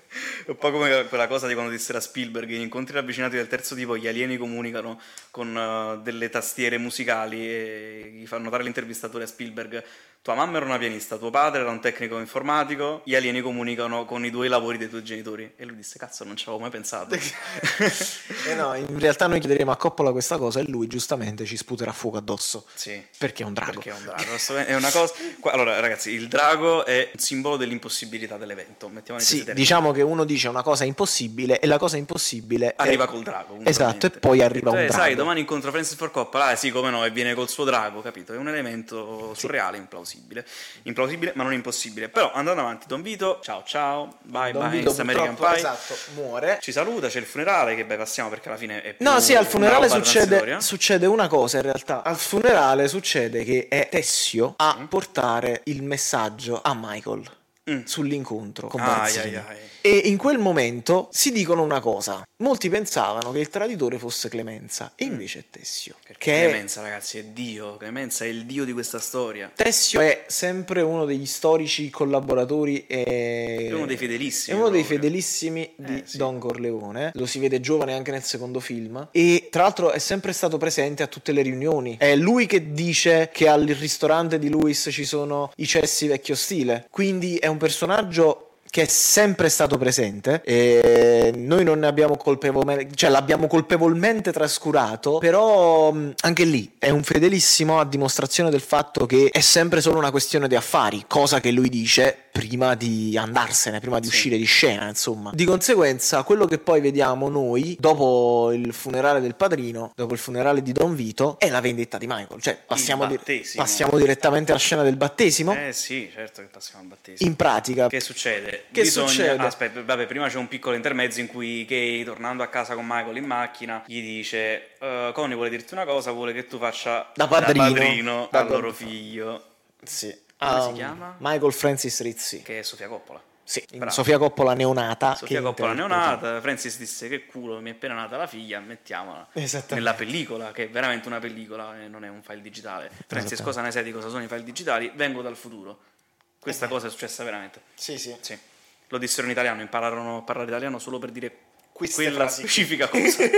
È un po' come quella cosa di quando dissero a Spielberg, in incontri ravvicinati del terzo tipo, gli alieni comunicano con eh, delle tastiere musicali e gli fanno notare l'intervistatore a Spielberg, tua mamma era una pianista, tuo padre era un tecnico informatico, gli alieni comunicano con i due lavori dei tuoi genitori. E lui disse, cazzo, non ci avevo mai pensato.
Eh no, in realtà noi chiederemo a Coppola questa cosa e lui giustamente ci sputerà fuoco addosso,
sì.
perché è un drago.
Perché è un drago, assolutamente- è una cosa... qua- Allora ragazzi, il drago è un simbolo dell'impossibilità dell'evento, mettiamo in
Sì, diciamo che uno dice una cosa impossibile e la cosa impossibile è-
arriva col drago. puntualmente.
Esatto, e poi arriva
Cioè,
un drago.
Sai, domani incontro Francis Ford Coppola, ah sì, come no, e viene col suo drago, capito? È un elemento
Sì.
surreale, implausibile. impossibile. Implausibile, ma non impossibile. Però andando avanti, Don Vito, ciao ciao, bye
Don
bye,
Vito,
East American
purtroppo,
Pie.
esatto, muore.
Ci saluta, c'è il funerale che bypassiamo perché alla fine è più
No, sì, al
una
funerale
roba
succede,
transitoria.
succede una cosa in realtà. Al funerale succede che è Tessio a portare il messaggio a Michael
Mm.
sull'incontro con
Ai,
Barzini.
ai, ai.
E in quel momento si dicono una cosa. Molti pensavano che il traditore fosse Clemenza, e invece è Tessio.
Mm. Perché
Che è
Clemenza, ragazzi, è Dio. Clemenza è il Dio di questa storia.
Tessio è sempre uno degli storici collaboratori e
È uno dei
È
fedelissimi.
uno dei
proprio.
fedelissimi di
Eh, sì.
Don Corleone, lo si vede giovane anche nel secondo film e tra l'altro è sempre stato presente a tutte le riunioni. È lui che dice che al ristorante di Louis ci sono i cessi vecchio stile, quindi è un personaggio che è sempre stato presente e noi non ne abbiamo colpevolmente, cioè l'abbiamo colpevolmente trascurato, però mh, anche lì è un fedelissimo a dimostrazione del fatto che è sempre solo una questione di affari, cosa che lui dice prima di andarsene, prima di
Sì.
uscire di scena, insomma. Di conseguenza, quello che poi vediamo noi dopo il funerale del padrino, dopo il funerale di Don Vito, è la vendetta di Michael, cioè passiamo, di-
battesimo.
passiamo direttamente alla scena del battesimo.
Eh sì, certo che passiamo al battesimo.
In pratica,
Che succede?
Che
Bisogna- Ah,
succede?
Aspetta, vabbè, prima c'è un piccolo intermezzo in cui Kay, tornando a casa con Michael in macchina, gli dice: "Eh, Connie vuole dirti una cosa, vuole che tu faccia
Da padrino.
padrino
Da
al loro
padrino.
figlio,
Sì.
Come si
Um,
chiama?
Michael Francis Rizzi.
che è Sofia Coppola.
Sì, in
bravo.
Sofia Coppola neonata.
Sofia
Ah, che
Coppola
interpreta-
neonata, Francis disse che culo, mi è appena nata la figlia, mettiamola
Esattamente.
nella pellicola, che è veramente una pellicola e non è un file digitale. Francis,
Esattamente.
cosa ne sai di cosa sono i file digitali? Vengo dal futuro. Questa
Eh.
cosa è successa veramente.
Sì, sì.
Sì. Lo dissero in italiano, impararono a parlare italiano solo per dire
Queste
quella
frasi qui.
specifica cosa.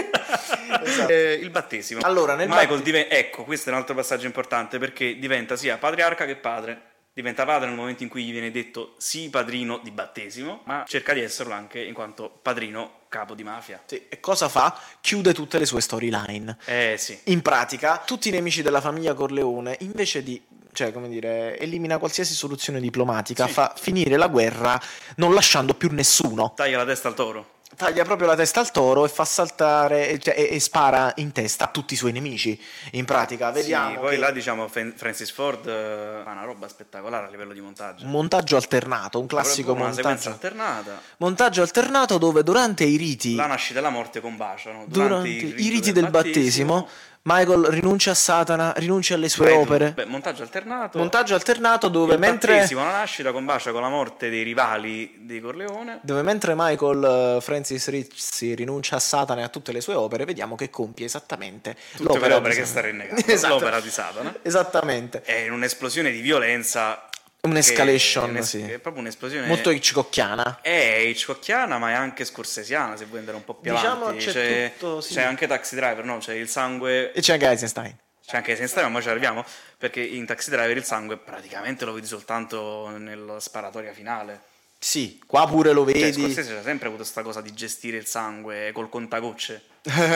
Esatto.
Eh, il battesimo.
Allora, nel
Michael
battesimo-
diven- ecco, questo è un altro passaggio importante perché diventa sia patriarca che padre. Diventa padre nel momento in cui gli viene detto sì padrino di battesimo, ma cerca di esserlo anche in quanto padrino capo di mafia.
Sì, E cosa fa? Chiude tutte le sue storyline.
Eh sì.
In pratica, tutti i nemici della famiglia Corleone, invece di, cioè, come dire, elimina qualsiasi soluzione diplomatica,
Sì.
fa finire la guerra non lasciando più nessuno.
Taglia la testa al toro.
Taglia proprio la testa al toro e fa saltare cioè, e, e spara in testa a tutti i suoi nemici. In pratica, vediamo
Sì, poi
che-
là diciamo Fen- Francis Ford eh, fa una roba spettacolare a livello di montaggio.
un montaggio alternato, un classico
Proprio una sequenza
montaggio
alternata.
Montaggio alternato dove durante i riti,
La nascita e la morte combaciano
durante
il
i
rito
riti del battesimo, Michael rinuncia a Satana, rinuncia alle sue
Credo.
opere.
Beh, montaggio alternato.
Montaggio alternato dove
il
mentre,
battesimo, la nascita combacia con la morte dei rivali di Corleone.
dove mentre Michael eh, Francis Rizzi rinuncia a Satana e a tutte le sue opere, vediamo che compie esattamente
Tutte quelle
l'opera
opere
di
che sta
Satana.
rinnegando.
Esatto.
L'opera di Satana.
Esattamente.
È un'esplosione di violenza.
Un'escalation,
che- è, un'es-
sì.
è proprio un'esplosione.
Molto hitchcockiana.
è hitchcockiana, ma è anche scorsesiana. Se vuoi andare un po' più
Diciamo
avanti,
c'è tutto, sì.
c'è anche Taxi Driver. No, c'è il sangue.
E c'è anche Eisenstein.
C'è anche senza ma ci arriviamo. Perché in Taxi Driver il sangue praticamente lo vedi soltanto nella sparatoria finale.
Sì, qua pure lo
Cioè,
vedi.
Scorsese c'ha sempre avuto questa cosa di gestire il sangue col contagocce.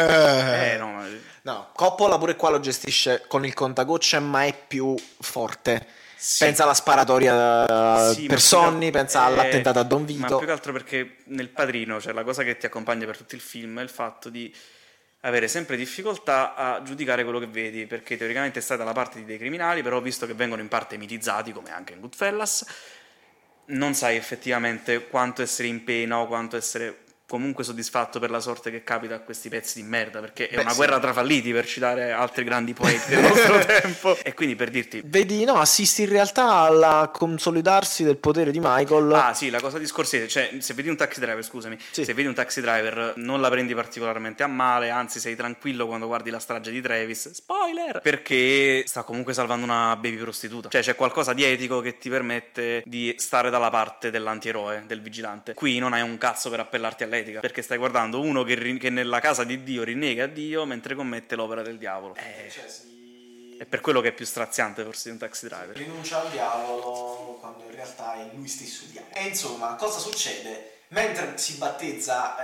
Eh, no, ma-
No, Coppola pure qua lo gestisce con il contagocce, ma è più forte. Pensa alla sparatoria eh,
Sì, ma
per
più che al-
Sonny, pensa
eh,
all'attentato a Don
Ma
Vito.
più che altro perché nel padrino, cioè la cosa che ti accompagna per tutto il film è il fatto di avere sempre difficoltà a giudicare quello che vedi, perché teoricamente stai dalla parte dei criminali, però visto che vengono in parte mitizzati, come anche in Goodfellas, non sai effettivamente quanto essere in pena o quanto essere comunque soddisfatto per la sorte che capita a questi pezzi di merda, perché è
Beh,
una
sì.
guerra tra falliti, per citare altri grandi poeti del nostro tempo. E quindi per dirti,
Vedi, no, assisti in realtà al consolidarsi del potere di Michael.
Ah, sì, la cosa di Scorsese, cioè, se vedi un taxi driver, scusami,
Sì.
se vedi un taxi driver non la prendi particolarmente a male, anzi sei tranquillo quando guardi la strage di Travis. Spoiler! Perché sta comunque salvando una baby prostituta. Cioè, c'è qualcosa di etico che ti permette di stare dalla parte dell'antieroe, del vigilante. Qui non hai un cazzo per appellarti all'etica, perché stai guardando uno che, ri- che nella casa di Dio rinnega a Dio mentre commette l'opera del diavolo. Eh,
cioè,
È per quello che è più straziante forse di un taxi driver.
rinuncia al diavolo quando in realtà è lui stesso il diavolo. E insomma, cosa succede? eh, Mentre si battezza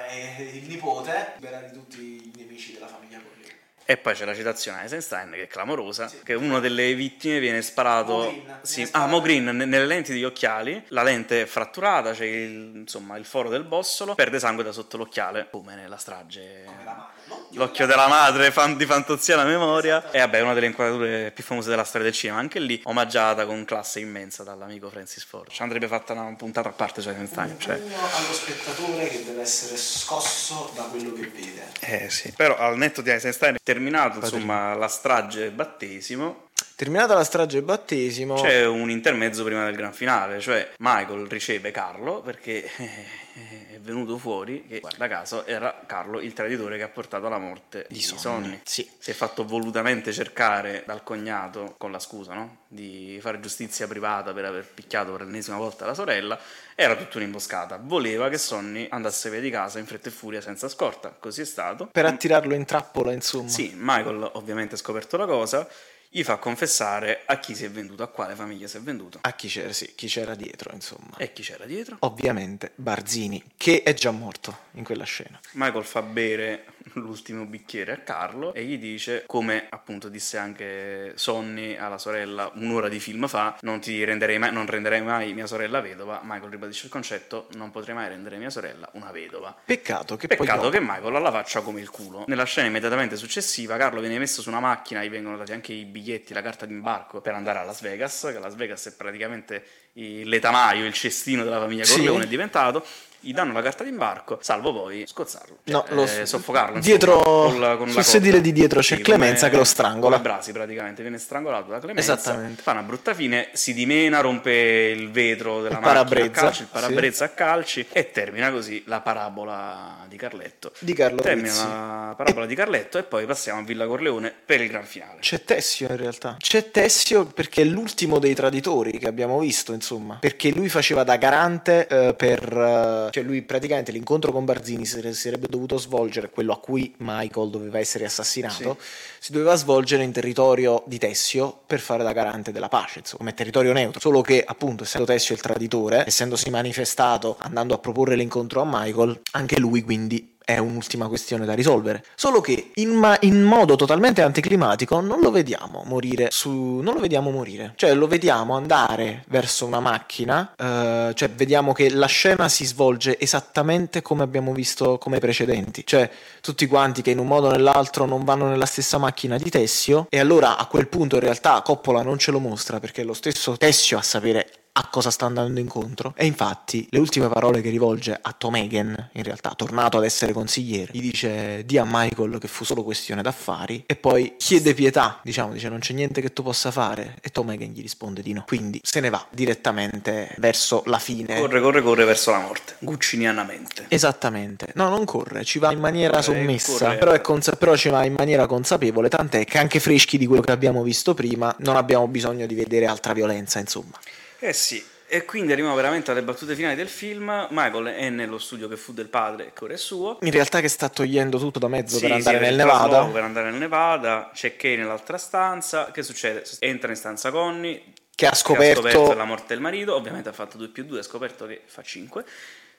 il nipote, libera di tutti i nemici della famiglia Corleone.
E poi c'è la citazione a Eisenstein che è clamorosa, che una delle vittime viene sparato...
Mo Green, viene
sì,
sparato.
Ah, Mo Green, ne- nelle lenti degli occhiali, la lente è fratturata, c'è il, insomma il foro del bossolo, perde sangue da sotto l'occhiale, come nella strage... L'occhio della madre fan- di Fantozia alla
Esatto.
memoria. E vabbè, una delle inquadrature più famose della storia del cinema, anche lì omaggiata con classe immensa dall'amico Francis Ford. Ci andrebbe fatta una puntata a parte su Eisenstein. Cioè.
allo spettatore che deve essere scosso da quello che vede.
Eh sì. Però al netto di Eisenstein, terminato insomma la strage e il battesimo,
Terminata la strage e il battesimo,
c'è un intermezzo prima del gran finale. Cioè, Michael riceve Carlo perché eh, è venuto fuori che, guarda caso, era Carlo il traditore che ha portato alla morte di,
Sonny.
Sonny.
sì.
si è fatto volutamente cercare dal cognato con la scusa no? di fare giustizia privata per aver picchiato per l'ennesima volta la sorella. Era tutta un'imboscata. Voleva che Sonny andasse via di casa in fretta e furia senza scorta. Così è stato.
per attirarlo in trappola, insomma.
Sì, Michael ovviamente ha scoperto la cosa. Gli fa confessare a chi si è venduto, a quale famiglia si è venduto
A chi c'era, sì, chi c'era dietro, insomma.
e chi c'era dietro.
Ovviamente Barzini, che è già morto in quella scena.
Michael fa bere l'ultimo bicchiere a Carlo e gli dice, come appunto disse anche Sonny alla sorella un'ora di film fa, non ti renderei mai, non renderei mai mia sorella vedova. Michael ribadisce il concetto, non potrei mai rendere mia sorella una vedova.
Peccato che
Peccato
poi...
che Michael ha la faccia come il culo. Nella scena immediatamente successiva, Carlo viene messo su una macchina, gli vengono dati anche i biglietti, la carta d'imbarco per andare a Las Vegas, che Las Vegas è praticamente il- l'etamaio, il cestino della famiglia
Sì.
Corleone è diventato. Gli danno la carta d'imbarco, salvo poi scozzarlo,
No,
Cioè,
lo-
eh, soffocarlo. insomma,
dietro-
col- con
sul
la
sedile
corda.
di dietro c'è Clemenza che lo strangola.
come Brasi praticamente viene strangolato da Clemenza.
Esattamente.
Fa una brutta fine, si dimena, rompe il vetro della
Il
macchina
parabrezza,
a calci, il
sì.
parabrezza a calci e termina così la parabola di Carletto.
Di Carlo
Termina
Rizzi.
la parabola di Carletto e poi passiamo a Villa Corleone per il gran finale.
C'è Tessio in realtà. C'è Tessio perché è l'ultimo dei traditori che abbiamo visto, insomma. Perché lui faceva da garante eh, per... eh, cioè lui praticamente l'incontro con Barzini si sare- sarebbe dovuto svolgere, quello a cui Michael doveva essere assassinato, si doveva svolgere in territorio di Tessio per fare da garante della pace, insomma, come territorio neutro. Solo che appunto, essendo Tessio il traditore, essendosi manifestato andando a proporre l'incontro a Michael, anche lui quindi è un'ultima questione da risolvere. Solo che in, ma- in modo totalmente anticlimatico non lo vediamo morire su... non lo vediamo morire. Cioè lo vediamo andare verso una macchina, eh, cioè vediamo che la scena si svolge esattamente come abbiamo visto come i precedenti. Cioè tutti quanti che in un modo o nell'altro non vanno nella stessa macchina di Tessio e allora a quel punto in realtà Coppola non ce lo mostra perché è lo stesso Tessio a sapere a cosa sta andando incontro. E infatti le ultime parole che rivolge a Tom Hagen, in realtà tornato ad essere consigliere, gli dice di a Michael che fu solo questione d'affari e poi chiede pietà, diciamo, dice non c'è niente che tu possa fare e Tom Hagen gli risponde di no. Quindi se ne va direttamente verso la fine.
Corre, corre, corre verso la morte, guccinianamente.
Esattamente, no, non corre, ci va in maniera
Corre,
sommessa,
Eh, corre.
Però, è consa- però ci va in maniera consapevole, tant'è che anche freschi di quello che abbiamo visto prima non abbiamo bisogno di vedere altra violenza, insomma.
Eh sì, e quindi arriviamo veramente alle battute finali del film. Michael è nello studio che fu del padre, che ora è suo.
In realtà che sta togliendo tutto da mezzo
Sì,
per andare
sì,
nel
il trasloco
Nevada.
Per andare nel Nevada, c'è Kay nell'altra stanza. Che succede? Entra in stanza Connie,
che ha scoperto,
che ha scoperto la morte del marito, ovviamente ha fatto 2 più 2, ha scoperto che fa 5.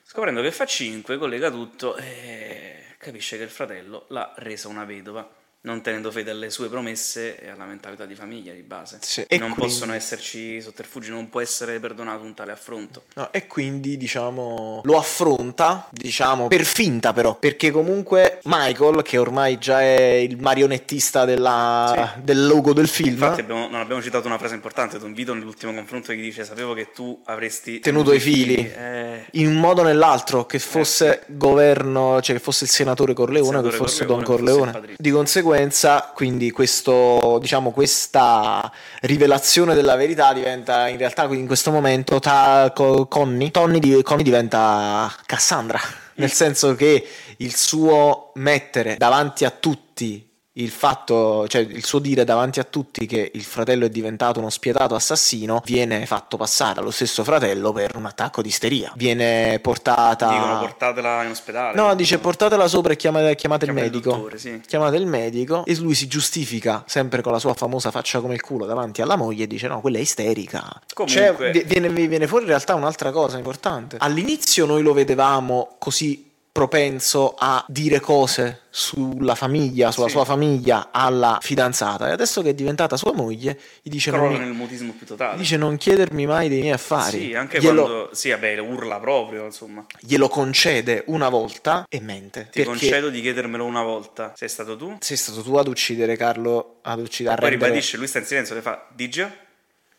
Scoprendo che fa 5, collega tutto e capisce che il fratello l'ha resa una vedova, non tenendo fede alle sue promesse e alla mentalità di famiglia di base.
Sì, e
non
quindi-
possono esserci sotterfugi, non può essere perdonato un tale affronto.
No, e quindi diciamo lo affronta, diciamo per finta però, perché comunque Michael, che ormai già è il marionettista della- del logo del film,
Infatti abbiamo- non abbiamo citato una frase importante, Don Vito nell'ultimo confronto che gli dice sapevo che tu avresti
Tenuto i fili."
Eh,
in un modo o nell'altro, che fosse governo, cioè che fosse il senatore Corleone,
Senatore
che fosse
Corleone,
Don
che fosse il
Corleone.
padrino.
Di conseguenza, quindi questo, diciamo, questa rivelazione della verità diventa in realtà in questo momento ta- co- Connie, Tony di- Connie diventa Cassandra,
Mm.
nel senso che il suo mettere davanti a tutti il fatto, cioè il suo dire davanti a tutti che il fratello è diventato uno spietato assassino viene fatto passare allo stesso fratello per un attacco di isteria. Viene portata
dicono portatela in ospedale.
No, dice portatela sopra e chiamate, chiamate il
Chiamate il
medico.
dottore, sì.
Chiamate il medico e lui si giustifica sempre con la sua famosa faccia come il culo davanti alla moglie e dice no, quella è isterica.
Comunque-
Cioè, vi- viene, viene fuori in realtà un'altra cosa importante. All'inizio noi lo vedevamo così propenso a dire cose sulla famiglia, sulla
Sì.
sua famiglia alla fidanzata e adesso che è diventata sua moglie gli dice,
Crolla
non,
nel mutismo più totale.
dice non chiedermi mai dei miei affari
Sì, anche
glielo,
quando... Sì, vabbè, urla proprio, insomma.
glielo concede una volta e mente
Ti
perché
concedo di chiedermelo una volta. Sei stato tu?
sei stato tu ad uccidere Carlo ad uccidere a
Poi
rendere-
ribadisce, lui sta in silenzio, le fa Digio?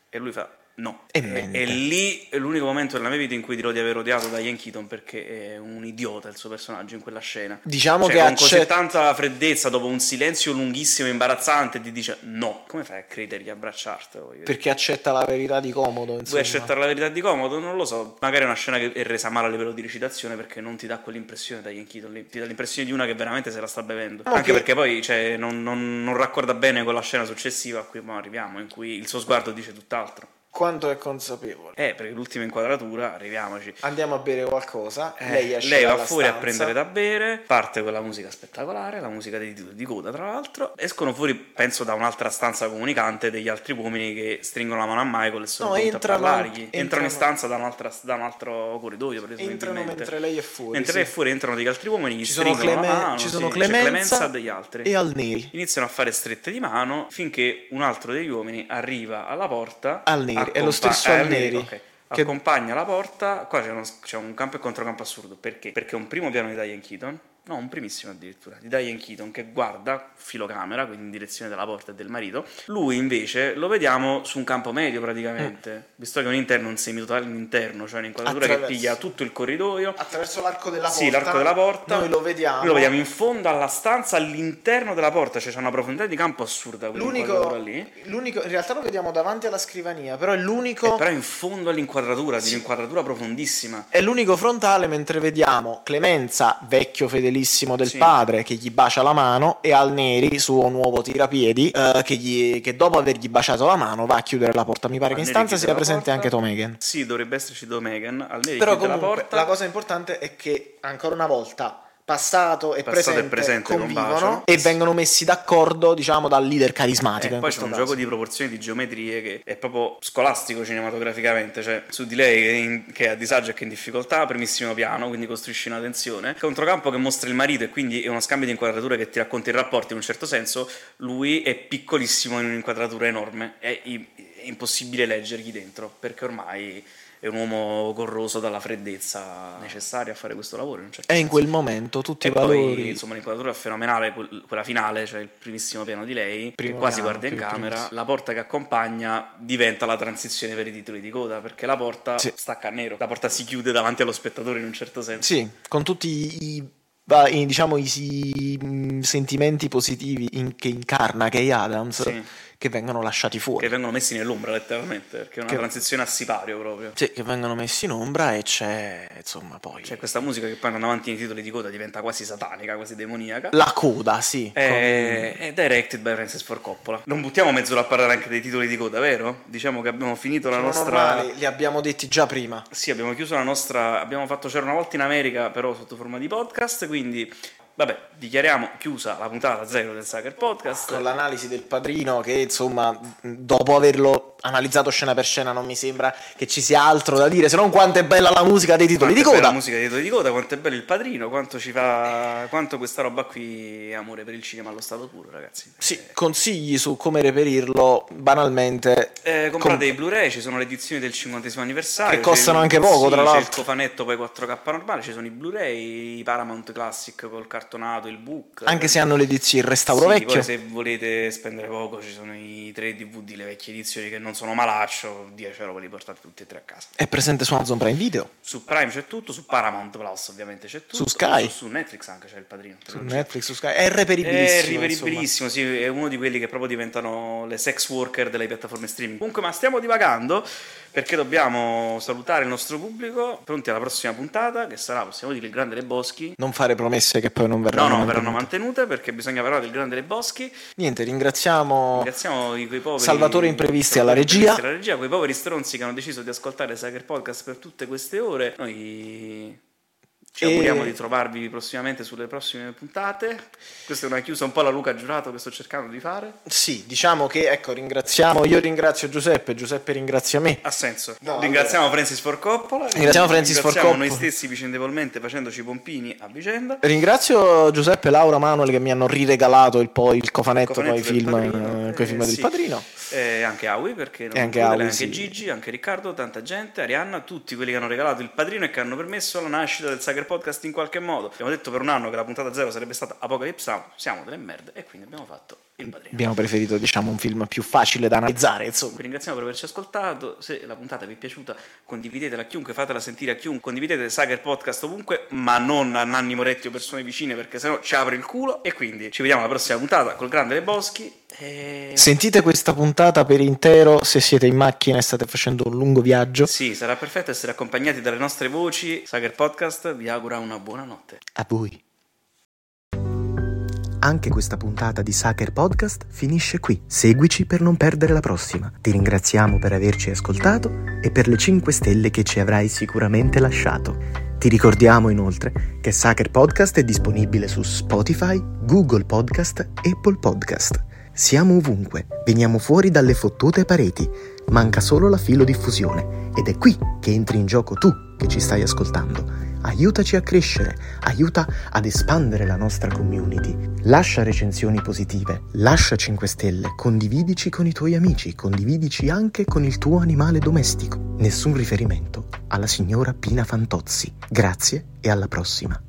E lui fa no.
E mente.
lì è l'unico momento della mia vita in cui dirò di aver odiato Diane Keaton perché è un idiota il suo personaggio in quella scena.
diciamo
Cioè,
che
con così
accetta
tanta freddezza, dopo un silenzio lunghissimo e imbarazzante, ti dice no. Come fai a credergli, a abbracciarti? Voglio dire.
perché accetta la verità di comodo insomma.
Vuoi accettare la verità di comodo? Non lo so. Magari è una scena che è resa male a livello di recitazione perché non ti dà quell'impressione da Ian Keaton. lì. Ti dà l'impressione di una che veramente se la sta bevendo.
Ok.
Anche perché poi cioè, non, non- non raccorda bene con la scena successiva a cui mo arriviamo, in cui il suo sguardo dice tutt'altro.
quanto è consapevole
Eh, perché l'ultima inquadratura, arriviamoci.
andiamo a bere qualcosa
Eh,
lei esce
lei va
dalla
fuori a
stanza.
prendere da bere, parte quella musica spettacolare, la musica di titolo di coda tra l'altro, escono fuori penso da un'altra stanza comunicante degli altri uomini che stringono la mano a Michael e sono
No,
pronti a
entrano-
parlargli, entrano,
entrano-
in stanza da, un'altra- da un altro corridoio presumibilmente.
entrano mentre lei è fuori
Mentre
sì.
lei è fuori entrano degli altri uomini, gli
ci sono,
stringono la
Cleme-
mano,
ci
sì,
sono
c'è
Clemenza,
Clemenza degli altri.
e al neri
Iniziano a fare strette di mano finché un altro degli uomini arriva alla porta.
Al Neri, è lo
accompa-
stesso
eh,
Al Neri,
ok.
che-
Accompagna la porta. Qua c'è, uno- c'è un campo e controcampo assurdo. Perché? Perché un primo piano di Diane Keaton. No, un primissimo addirittura di Diane Keaton che guarda filocamera, quindi in direzione della porta e del marito. Lui invece lo vediamo su un campo medio praticamente, visto che è un interno, un semitotale interno, cioè un'inquadratura che
Mm. Attraverso.
piglia tutto il corridoio,
attraverso l'arco della porta
sì, l'arco della porta.
noi lo vediamo,
Noi lo vediamo in fondo alla stanza all'interno della porta, cioè c'è una profondità di campo assurda
l'unico,
quell'inquadratura lì.
l'unico in realtà lo vediamo davanti alla scrivania però è
E
l'unico
però in fondo all'inquadratura, di un'inquadratura profondissima.
È l'unico frontale mentre vediamo Clemenza, vecchio fedelissimo del
Sì.
padre, che gli bacia la mano, e Al Neri, suo nuovo tirapiedi, eh, che, gli- che dopo avergli baciato la mano va a chiudere la porta. Mi pare
Al
che in
Neri
stanza
chiude
sia
la
presente
porta.
anche Tom Hagen.
Sì, dovrebbe esserci Do Megan, al nero
Però
chiude la
comunque
porta.
la cosa importante è che, ancora una volta, passato e,
Passato
presente,
e presente
convivono
combaciano.
e vengono messi d'accordo, diciamo, dal leader
E
carismatico. in
Eh, poi c'è
questo
un
caso.
gioco di proporzioni di geometrie che è proprio scolastico cinematograficamente, cioè su di lei che, è in- che è a disagio e che è in difficoltà, primissimo piano, quindi costruisci una tensione, controcampo che mostra il marito e quindi è uno scambio di inquadrature che ti racconta i rapporti in un certo senso, lui è piccolissimo in un'inquadratura enorme, è, i- è impossibile leggergli dentro perché ormai è un uomo corroso dalla freddezza necessaria a fare questo lavoro in un certo
E in
senso.
quel momento tutti
E
i valori...
poi insomma l'inquadratura è fenomenale, quel- quella finale, cioè il primissimo piano di lei,
Primo
che quasi
piano,
guarda in
più
camera,
primissimo.
la porta che accompagna diventa la transizione per i titoli di coda, perché la porta
Sì.
stacca a nero, la porta si chiude davanti allo spettatore in un certo senso.
Sì, con tutti i, i- va- i- diciamo, i, si- mh, sentimenti positivi in- che incarna Kay Adams
Sì.
che vengono lasciati fuori.
Che vengono messi nell'ombra letteralmente, perché è una
Che-
transizione a sipario proprio.
Sì, che vengono messi in ombra e c'è, insomma, poi
C'è Cioè, questa musica che poi andando avanti nei titoli di coda diventa quasi satanica, quasi demoniaca.
la coda, sì.
È, è directed by Francis Ford Coppola. Non buttiamo mezz'ora a parlare anche dei titoli di coda, vero? Diciamo che abbiamo finito la
con-
nostra...
normali, li abbiamo detti già prima.
Sì, abbiamo chiuso la nostra. Abbiamo fatto C'era una volta in America, però sotto forma di podcast. Quindi, vabbè, dichiariamo chiusa la puntata zero del Sucker Podcast.
Con l'analisi del padrino che, insomma, mh, dopo averlo analizzato scena per scena non mi sembra che ci sia altro da dire, se non quanto è bella la musica dei titoli
Quanto
di
è bella
coda.
la musica dei titoli di coda, quanto è bello il padrino, quanto ci fa. Quanto questa roba qui è amore per il cinema allo stato puro, ragazzi.
Sì, consigli su come reperirlo banalmente.
Eh, comprate
Com-
i Blu-ray, ci sono le edizioni del 50 anniversario.
Che costano
c'è il-
anche poco,
sì,
tra
C'è il
l'altro.
cofanetto poi 4K normale, ci sono i Blu-ray, i Paramount Classic col cartonato, il book.
Anche se hanno le edizioni il restauro
Certo. Sì,
vecchio.
Poi se volete spendere poco ci sono i tre DVD, le vecchie edizioni che non sono malaccio, 10 euro ve li portate tutti e tre a casa.
È presente su Amazon Prime Video.
Su Prime c'è tutto, su Paramount Plus ovviamente c'è tutto.
Su Sky.
Su, su Netflix anche c'è il padrino. te
Su
lo giuro.
Netflix, su Sky. È reperibilissimo.
È riveribilissimo, sì, è uno di quelli che proprio diventano le sex worker delle piattaforme streaming. Comunque, ma stiamo divagando perché dobbiamo salutare il nostro pubblico. Pronti alla prossima puntata, che sarà, possiamo dire, il Grande Le Boschi.
insomma. Non fare promesse che poi non
No,
verranno.
no,
mantenute.
verranno mantenute perché bisogna parlare del Grande Le Boschi.
Niente, ringraziamo.
Ringraziamo i- quei poveri
Salvatore Imprevisti alla
Salvatore
regia.
Imprevisti alla regia, quei poveri stronzi che hanno deciso di ascoltare Sager Podcast per tutte queste ore. Noi Ci
E-
auguriamo di trovarvi prossimamente sulle prossime puntate. Questa è una chiusa un po' alla Luca Giurato che sto cercando di fare.
Sì, diciamo che ecco, ringraziamo, io ringrazio Giuseppe, Giuseppe ringrazia me.
Ha senso.
No,
ringraziamo Francis for Coppola.
Ringraziamo Francis Ford
ringraziamo
Coppola.
noi stessi vicendevolmente facendoci pompini a vicenda.
Ringrazio Giuseppe e Laura Manuel che mi hanno riregalato il, poi, il cofanetto con
Cofanetto
i
del
film,
Padrino.
eh, coi film
Eh,
del
sì.
padrino.
E Eh, anche Aui, perché non
E anche
includere,
Aui,
anche
sì.
Gigi, anche Riccardo, tanta gente, Arianna, tutti quelli che hanno regalato il padrino e che hanno permesso la nascita del Sager Podcast in qualche modo. Abbiamo detto per un anno che la puntata zero sarebbe stata Apocalypse Now, siamo delle merde e quindi abbiamo fatto il padrino.
Abbiamo preferito diciamo un film più facile da analizzare, insomma.
Vi ringraziamo per averci ascoltato. Se la puntata vi è piaciuta, condividetela a chiunque, fatela sentire a chiunque. Condividete Sager Podcast ovunque, ma non a Nanni Moretti o persone vicine, perché sennò ci apre il culo. E quindi ci vediamo alla prossima puntata col grande Le Boschi. E...
Sentite questa puntata per intero se siete in macchina e state facendo un lungo viaggio.
Sì, sarà perfetto essere accompagnati dalle nostre voci. Sager Podcast vi augura una buona notte.
A voi.
Anche questa puntata di Sucker Podcast finisce qui. Seguici per non perdere la prossima. Ti ringraziamo per averci ascoltato e per le 5 stelle che ci avrai sicuramente lasciato. Ti ricordiamo inoltre che Sucker Podcast è disponibile su Spotify, Google Podcast, Apple Podcast. Siamo ovunque, veniamo fuori dalle fottute pareti. Manca solo la filodiffusione ed è qui che entri in gioco tu che ci stai ascoltando. Aiutaci a crescere, aiuta ad espandere la nostra community. Lascia recensioni positive, lascia 5 stelle, condividici con i tuoi amici, condividici anche con il tuo animale domestico. Nessun riferimento alla signora Pina Fantozzi. Grazie e alla prossima.